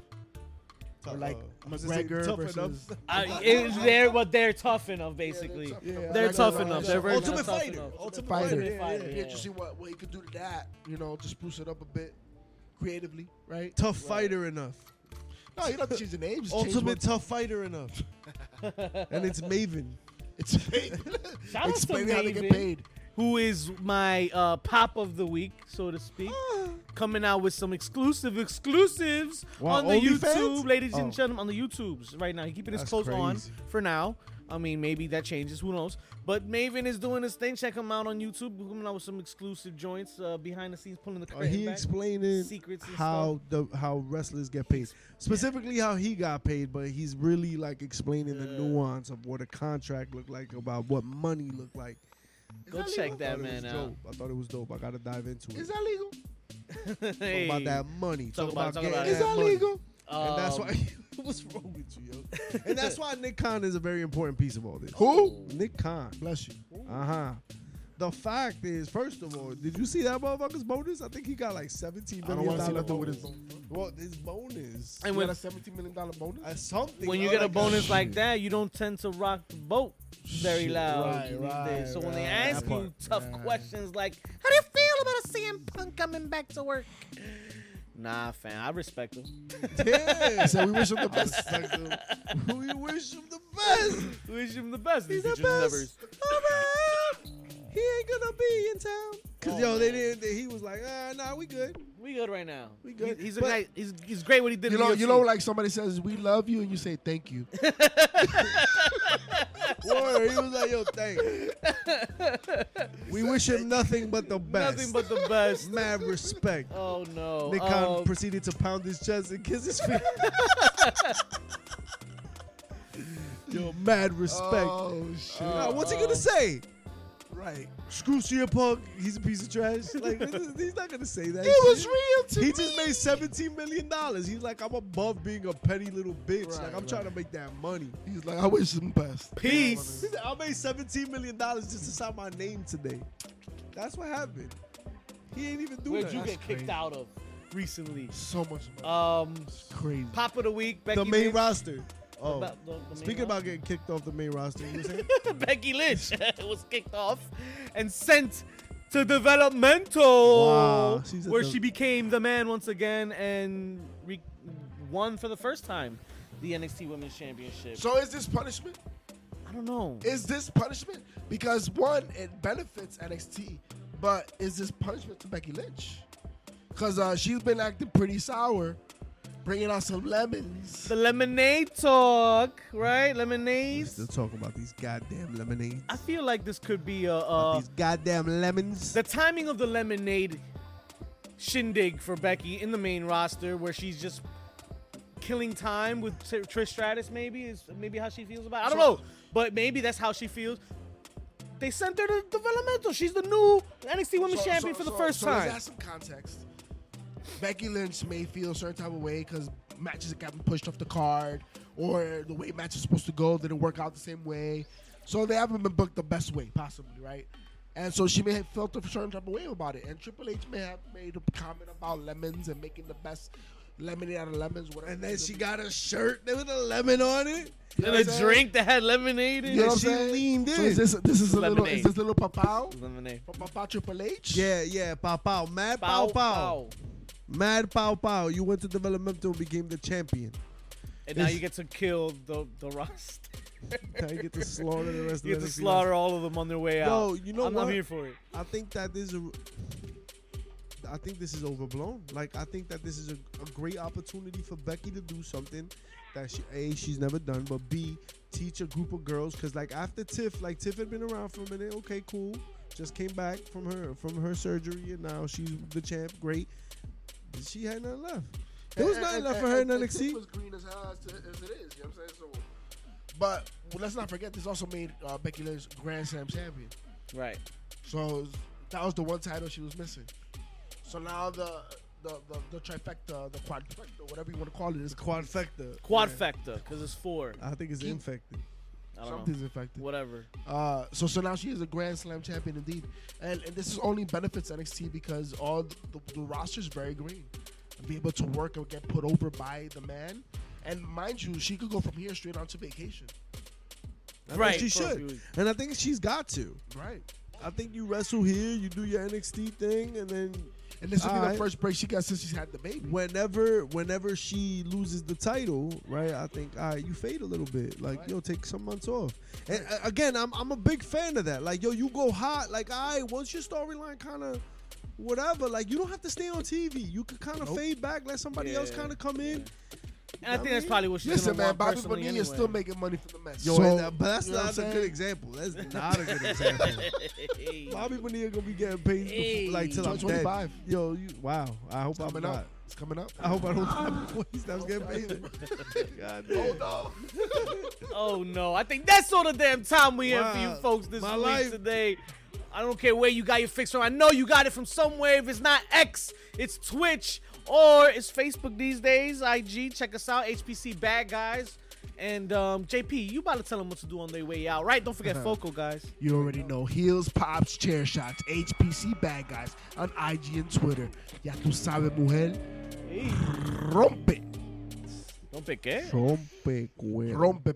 [SPEAKER 2] tough, uh,
[SPEAKER 3] like
[SPEAKER 2] I'm gonna say
[SPEAKER 3] McGregor
[SPEAKER 2] tough
[SPEAKER 3] versus-
[SPEAKER 2] enough.
[SPEAKER 1] I, it, they're what they're tough enough, basically.
[SPEAKER 3] Yeah,
[SPEAKER 2] (laughs) Yeah,
[SPEAKER 1] They're
[SPEAKER 2] like
[SPEAKER 1] tough
[SPEAKER 2] a-
[SPEAKER 1] enough.
[SPEAKER 2] uh,
[SPEAKER 1] They're very
[SPEAKER 2] Ultimate
[SPEAKER 1] much tough
[SPEAKER 2] Fighter.
[SPEAKER 1] enough.
[SPEAKER 2] Ultimate
[SPEAKER 3] Fighter.
[SPEAKER 2] Fighter. yeah,
[SPEAKER 1] Fighter.
[SPEAKER 2] yeah,
[SPEAKER 3] Be
[SPEAKER 2] yeah.
[SPEAKER 3] interesting what what you could do to that. You know, just spruce it up a bit creatively,
[SPEAKER 2] (laughs)
[SPEAKER 3] right?
[SPEAKER 2] Tough fighter enough.
[SPEAKER 3] No, you don't have to change the name. Just change
[SPEAKER 2] Ultimate tough fighter enough.
[SPEAKER 1] (laughs)
[SPEAKER 2] and it's Maven.
[SPEAKER 3] what- It's
[SPEAKER 1] Shout out to
[SPEAKER 3] Explain how they
[SPEAKER 1] Maven.
[SPEAKER 3] get paid.
[SPEAKER 1] Who is my uh, pop of the week, so to speak? Coming out with some exclusive exclusives
[SPEAKER 2] Wow,
[SPEAKER 1] on the YouTube,
[SPEAKER 2] OnlyFans?
[SPEAKER 1] ladies
[SPEAKER 2] Oh.
[SPEAKER 1] and gentlemen, on the YouTubes right now. He's keeping his
[SPEAKER 2] That's
[SPEAKER 1] clothes on
[SPEAKER 2] crazy.
[SPEAKER 1] for now. I mean, maybe that changes. Who knows? But Maven is doing his thing. Check him out on YouTube. We're coming out with some exclusive joints uh, behind the scenes, pulling the
[SPEAKER 2] Uh,
[SPEAKER 1] curtain
[SPEAKER 2] he
[SPEAKER 1] back. (laughs)
[SPEAKER 2] explaining
[SPEAKER 1] Secrets and
[SPEAKER 2] how the how wrestlers get paid, specifically how he got paid, but he's really like explaining the nuance of what a contract looked like, about what money looked like.
[SPEAKER 1] Go
[SPEAKER 3] that
[SPEAKER 1] check
[SPEAKER 3] legal?
[SPEAKER 1] that
[SPEAKER 2] I thought it was
[SPEAKER 1] man uh, out.
[SPEAKER 2] dope. I thought it was dope. I gotta dive into it.
[SPEAKER 3] Is that legal?
[SPEAKER 2] Talk
[SPEAKER 1] Hey.
[SPEAKER 2] about that money.
[SPEAKER 1] Talk
[SPEAKER 2] Talk
[SPEAKER 1] about it,
[SPEAKER 2] about,
[SPEAKER 1] talk
[SPEAKER 2] getting
[SPEAKER 1] about it.
[SPEAKER 3] Is
[SPEAKER 1] Yeah,
[SPEAKER 3] that
[SPEAKER 2] money.
[SPEAKER 3] legal?
[SPEAKER 2] And that's
[SPEAKER 1] Um,
[SPEAKER 2] why. what's wrong with you, yo? (laughs) And that's why Nick Khan is a very important piece of all this.
[SPEAKER 3] Who?
[SPEAKER 2] Nick Khan.
[SPEAKER 3] Bless you.
[SPEAKER 2] Uh huh. The fact is, first of all, did you see that motherfucker's bonus? I think he got like seventeen
[SPEAKER 3] I don't
[SPEAKER 2] million
[SPEAKER 3] want to see
[SPEAKER 2] dollar
[SPEAKER 3] nothing with his
[SPEAKER 2] bonus.
[SPEAKER 3] bonus.
[SPEAKER 2] Well, his bonus.
[SPEAKER 1] And
[SPEAKER 3] You
[SPEAKER 1] when
[SPEAKER 3] got a seventeen million dollar bonus.
[SPEAKER 2] Uh, something.
[SPEAKER 1] when you
[SPEAKER 2] uh,
[SPEAKER 1] get a
[SPEAKER 2] like
[SPEAKER 1] bonus
[SPEAKER 2] shit.
[SPEAKER 1] like that, you don't tend to rock the boat very
[SPEAKER 2] Shit,
[SPEAKER 1] loud
[SPEAKER 3] right,
[SPEAKER 1] these
[SPEAKER 3] right,
[SPEAKER 1] days. So when they
[SPEAKER 3] right.
[SPEAKER 1] ask
[SPEAKER 2] That
[SPEAKER 1] you
[SPEAKER 2] part.
[SPEAKER 1] tough
[SPEAKER 3] Right.
[SPEAKER 1] questions like, "How do you feel about a CM Punk coming back to work?" Nah, fam, I respect him.
[SPEAKER 2] yeah.
[SPEAKER 3] So we wish him the
[SPEAKER 2] I
[SPEAKER 3] best.
[SPEAKER 2] respect him. we wish him the best.
[SPEAKER 1] Wish him the best.
[SPEAKER 2] He's
[SPEAKER 1] these
[SPEAKER 2] the
[SPEAKER 1] bitches lovers.
[SPEAKER 2] best. Alright. He ain't gonna be in town. Cause
[SPEAKER 1] Oh,
[SPEAKER 2] yo, they
[SPEAKER 1] man.
[SPEAKER 2] didn't. They, he was like, ah, nah, we good.
[SPEAKER 1] We good right now. We
[SPEAKER 2] good.
[SPEAKER 1] he's a
[SPEAKER 2] But-
[SPEAKER 1] guy. He's, he's great what he did.
[SPEAKER 3] You
[SPEAKER 1] in
[SPEAKER 3] know,
[SPEAKER 1] UFC.
[SPEAKER 3] you know, like somebody says, "We love you," and you say, "Thank you."
[SPEAKER 2] corner. He was like, "Yo, thanks. We wish him nothing but the best.
[SPEAKER 1] Nothing but
[SPEAKER 2] (laughs)
[SPEAKER 1] the best.
[SPEAKER 2] mad respect."
[SPEAKER 1] Oh no.
[SPEAKER 2] Nick Khan
[SPEAKER 1] Um,
[SPEAKER 2] proceeded to pound his chest and kiss his feet. Yo, mad respect. Uh,
[SPEAKER 3] Oh shit!
[SPEAKER 2] Nah, what's he
[SPEAKER 1] Oh.
[SPEAKER 2] gonna say?
[SPEAKER 3] right.
[SPEAKER 2] Screw Sia Punk. He's a piece of trash. Like he's not gonna say that.
[SPEAKER 3] It was
[SPEAKER 2] shit.
[SPEAKER 3] real to
[SPEAKER 2] He
[SPEAKER 3] me.
[SPEAKER 2] just made seventeen million dollars. He's like, I'm above being a petty little bitch.
[SPEAKER 3] Right,
[SPEAKER 2] like I'm
[SPEAKER 3] right.
[SPEAKER 2] trying to make that money.
[SPEAKER 3] He's like, I wish him best.
[SPEAKER 1] Peace.
[SPEAKER 2] He said, I made seventeen million dollars just to sign my name today. That's what happened. He ain't even doing
[SPEAKER 1] Where'd you
[SPEAKER 2] that.
[SPEAKER 1] get kicked
[SPEAKER 3] crazy.
[SPEAKER 1] out of recently?
[SPEAKER 3] So much money.
[SPEAKER 1] Um,
[SPEAKER 3] It's crazy.
[SPEAKER 1] pop of the week. Becky
[SPEAKER 2] the main
[SPEAKER 1] Lynch.
[SPEAKER 2] roster. Oh,
[SPEAKER 1] About the- the main
[SPEAKER 2] speaking about getting kicked off the main roster, you
[SPEAKER 1] (laughs)
[SPEAKER 2] were saying?
[SPEAKER 1] Becky Lynch (laughs) was kicked off and sent to developmental,
[SPEAKER 2] Wow, she's at
[SPEAKER 1] where
[SPEAKER 2] the-
[SPEAKER 1] Oh, she became the man once again and re- won for the first time the NXT Women's Championship.
[SPEAKER 3] So is this punishment?
[SPEAKER 1] I don't know.
[SPEAKER 3] Is this punishment? Because one, it benefits NXT, but is this punishment to Becky Lynch? Because uh, she's been acting pretty sour, bringing out some lemons.
[SPEAKER 1] the lemonade talk, right? Lemonades.
[SPEAKER 2] Still talking about these goddamn lemonades.
[SPEAKER 1] I feel like this could be a, a
[SPEAKER 2] these goddamn lemons.
[SPEAKER 1] the timing of the lemonade shindig for Becky in the main roster, where she's just killing time with Tr- Trish Stratus. Maybe is maybe how she feels about. It. I don't
[SPEAKER 3] So-
[SPEAKER 1] know, but maybe that's how she feels. They sent her to developmental. She's the new NXT Women's
[SPEAKER 3] So-
[SPEAKER 1] Champion
[SPEAKER 3] so-
[SPEAKER 1] for the
[SPEAKER 3] so-
[SPEAKER 1] first
[SPEAKER 3] so
[SPEAKER 1] time.
[SPEAKER 3] Let's add some context. Becky Lynch may feel a certain type of way because matches have gotten pushed off the card, or the way matches are supposed to go didn't work out the same way. So they haven't been booked the best way possibly, right? And so she may have felt a certain type of way about it. And Triple H may have made a comment about lemons and making the best lemonade out of lemons. Whatever.
[SPEAKER 2] and then she got a shirt with a lemon on it.
[SPEAKER 1] and a drink that had lemonade in
[SPEAKER 3] You know
[SPEAKER 1] it.
[SPEAKER 3] what I'm
[SPEAKER 2] she
[SPEAKER 3] saying?
[SPEAKER 2] leaned
[SPEAKER 3] So
[SPEAKER 2] in.
[SPEAKER 3] is this this is a little
[SPEAKER 1] Lemonade.
[SPEAKER 3] is this little papao?
[SPEAKER 1] Lemonade.
[SPEAKER 3] Papa Triple H?
[SPEAKER 2] Yeah, yeah, pow pow, mad
[SPEAKER 1] Pow,
[SPEAKER 2] pow pow,
[SPEAKER 1] pow.
[SPEAKER 2] mad pow pow. You went to developmental and became the champion.
[SPEAKER 1] And now you get to kill the the rust.
[SPEAKER 2] Now you get to slaughter the
[SPEAKER 1] (laughs)
[SPEAKER 2] rest
[SPEAKER 1] You
[SPEAKER 2] of
[SPEAKER 1] get to
[SPEAKER 2] the
[SPEAKER 1] slaughter all of them on their way out.
[SPEAKER 2] Yo, you know
[SPEAKER 1] I'm
[SPEAKER 2] what?
[SPEAKER 1] not here for it.
[SPEAKER 2] I think that this is. A, I think this is overblown. Like I think that this is a, a great opportunity for Becky to do something that she a she's never done, but b teach a group of girls because like after Tiff, like Tiff had been around for a minute. Okay, cool. Just came back from her from her surgery, and now she's the champ. Great. She had nothing left. There was
[SPEAKER 3] And-
[SPEAKER 2] nothing
[SPEAKER 3] and-
[SPEAKER 2] left for
[SPEAKER 3] and-
[SPEAKER 2] her in
[SPEAKER 3] and- and Tiff
[SPEAKER 2] NXT.
[SPEAKER 3] was green as hell as, to- as it is. You know what I'm saying? So, but well, let's not forget this also made uh, Becky Lynch Grand Slam champion.
[SPEAKER 1] Right.
[SPEAKER 3] So that was the one title she was missing. So now the the the, the trifecta, the quadfecta, whatever you want to call it, is
[SPEAKER 2] Quadfecta.
[SPEAKER 1] Quad factor, because it's four.
[SPEAKER 2] I think it's
[SPEAKER 3] Keep-
[SPEAKER 2] infected.
[SPEAKER 1] I don't know.
[SPEAKER 3] Something's infected.
[SPEAKER 1] Whatever.
[SPEAKER 3] Uh, so so now she is a Grand Slam champion indeed, and, and this is only benefits NXT because all the, the, the roster is very green. Be able to work or get put over by the man, and mind you, she could go from here straight onto vacation.
[SPEAKER 2] I think
[SPEAKER 1] Right,
[SPEAKER 2] She
[SPEAKER 1] for a few
[SPEAKER 2] should,
[SPEAKER 1] weeks.
[SPEAKER 2] and I think she's got to.
[SPEAKER 3] Right.
[SPEAKER 2] I think you wrestle here, you do your NXT thing, and then
[SPEAKER 3] And this will be the
[SPEAKER 2] Alright.
[SPEAKER 3] first break she got since she's had the baby.
[SPEAKER 2] whenever whenever she loses the title, right? I think all right, you fade a little bit, like
[SPEAKER 3] Right.
[SPEAKER 2] yo, take some months off. And uh, again, I'm I'm a big fan of that. Like yo, you go hot, like all right, once your storyline kind of whatever, like you don't have to stay on TV. You could kind of fade back, let somebody else
[SPEAKER 1] Yeah,
[SPEAKER 2] kind of come in.
[SPEAKER 1] And I
[SPEAKER 2] know
[SPEAKER 1] think
[SPEAKER 2] what I
[SPEAKER 1] that's
[SPEAKER 2] mean?
[SPEAKER 1] probably what she's
[SPEAKER 3] Listen,
[SPEAKER 1] gonna
[SPEAKER 3] man,
[SPEAKER 1] want
[SPEAKER 3] Bobby
[SPEAKER 1] personally
[SPEAKER 3] Bonilla
[SPEAKER 1] anyway.
[SPEAKER 3] is still making money from the mess.
[SPEAKER 2] Yo,
[SPEAKER 3] So,
[SPEAKER 2] and that- but that's
[SPEAKER 3] you know
[SPEAKER 2] not
[SPEAKER 3] what I'm
[SPEAKER 2] a good
[SPEAKER 3] saying?
[SPEAKER 2] example. That's not a (laughs) good example. Bobby Bonilla gonna be getting paid
[SPEAKER 1] Hey.
[SPEAKER 2] like till I'm dead.
[SPEAKER 3] 2025.
[SPEAKER 2] Yo, you, wow. I hope
[SPEAKER 3] It's
[SPEAKER 2] I'm
[SPEAKER 3] coming
[SPEAKER 2] not.
[SPEAKER 3] up. It's coming up.
[SPEAKER 2] I hope I don't die (laughs) before he stops getting paid. (laughs) God damn.
[SPEAKER 3] no.
[SPEAKER 1] (laughs) Oh no, I think that's all the damn time we have for you
[SPEAKER 2] Wow.
[SPEAKER 1] folks this
[SPEAKER 2] My
[SPEAKER 1] week
[SPEAKER 2] life-
[SPEAKER 1] today. I don't care where you got your fix from. I know you got it from somewhere. If it's not X, it's Twitch or it's Facebook these days. IG, check us out. HPC Bad Guys. And um, JP, you about to tell them what to do on their way out, right? Don't
[SPEAKER 2] (laughs)
[SPEAKER 1] forget Foco, guys.
[SPEAKER 3] You already know. Heels, pops, chair shots, HPC bad guys on IG and Twitter. Ya tu sabes, mujer.
[SPEAKER 1] Hey,
[SPEAKER 3] Rompe.
[SPEAKER 1] don't pick it.
[SPEAKER 2] Rompe cuero.
[SPEAKER 3] Rompe.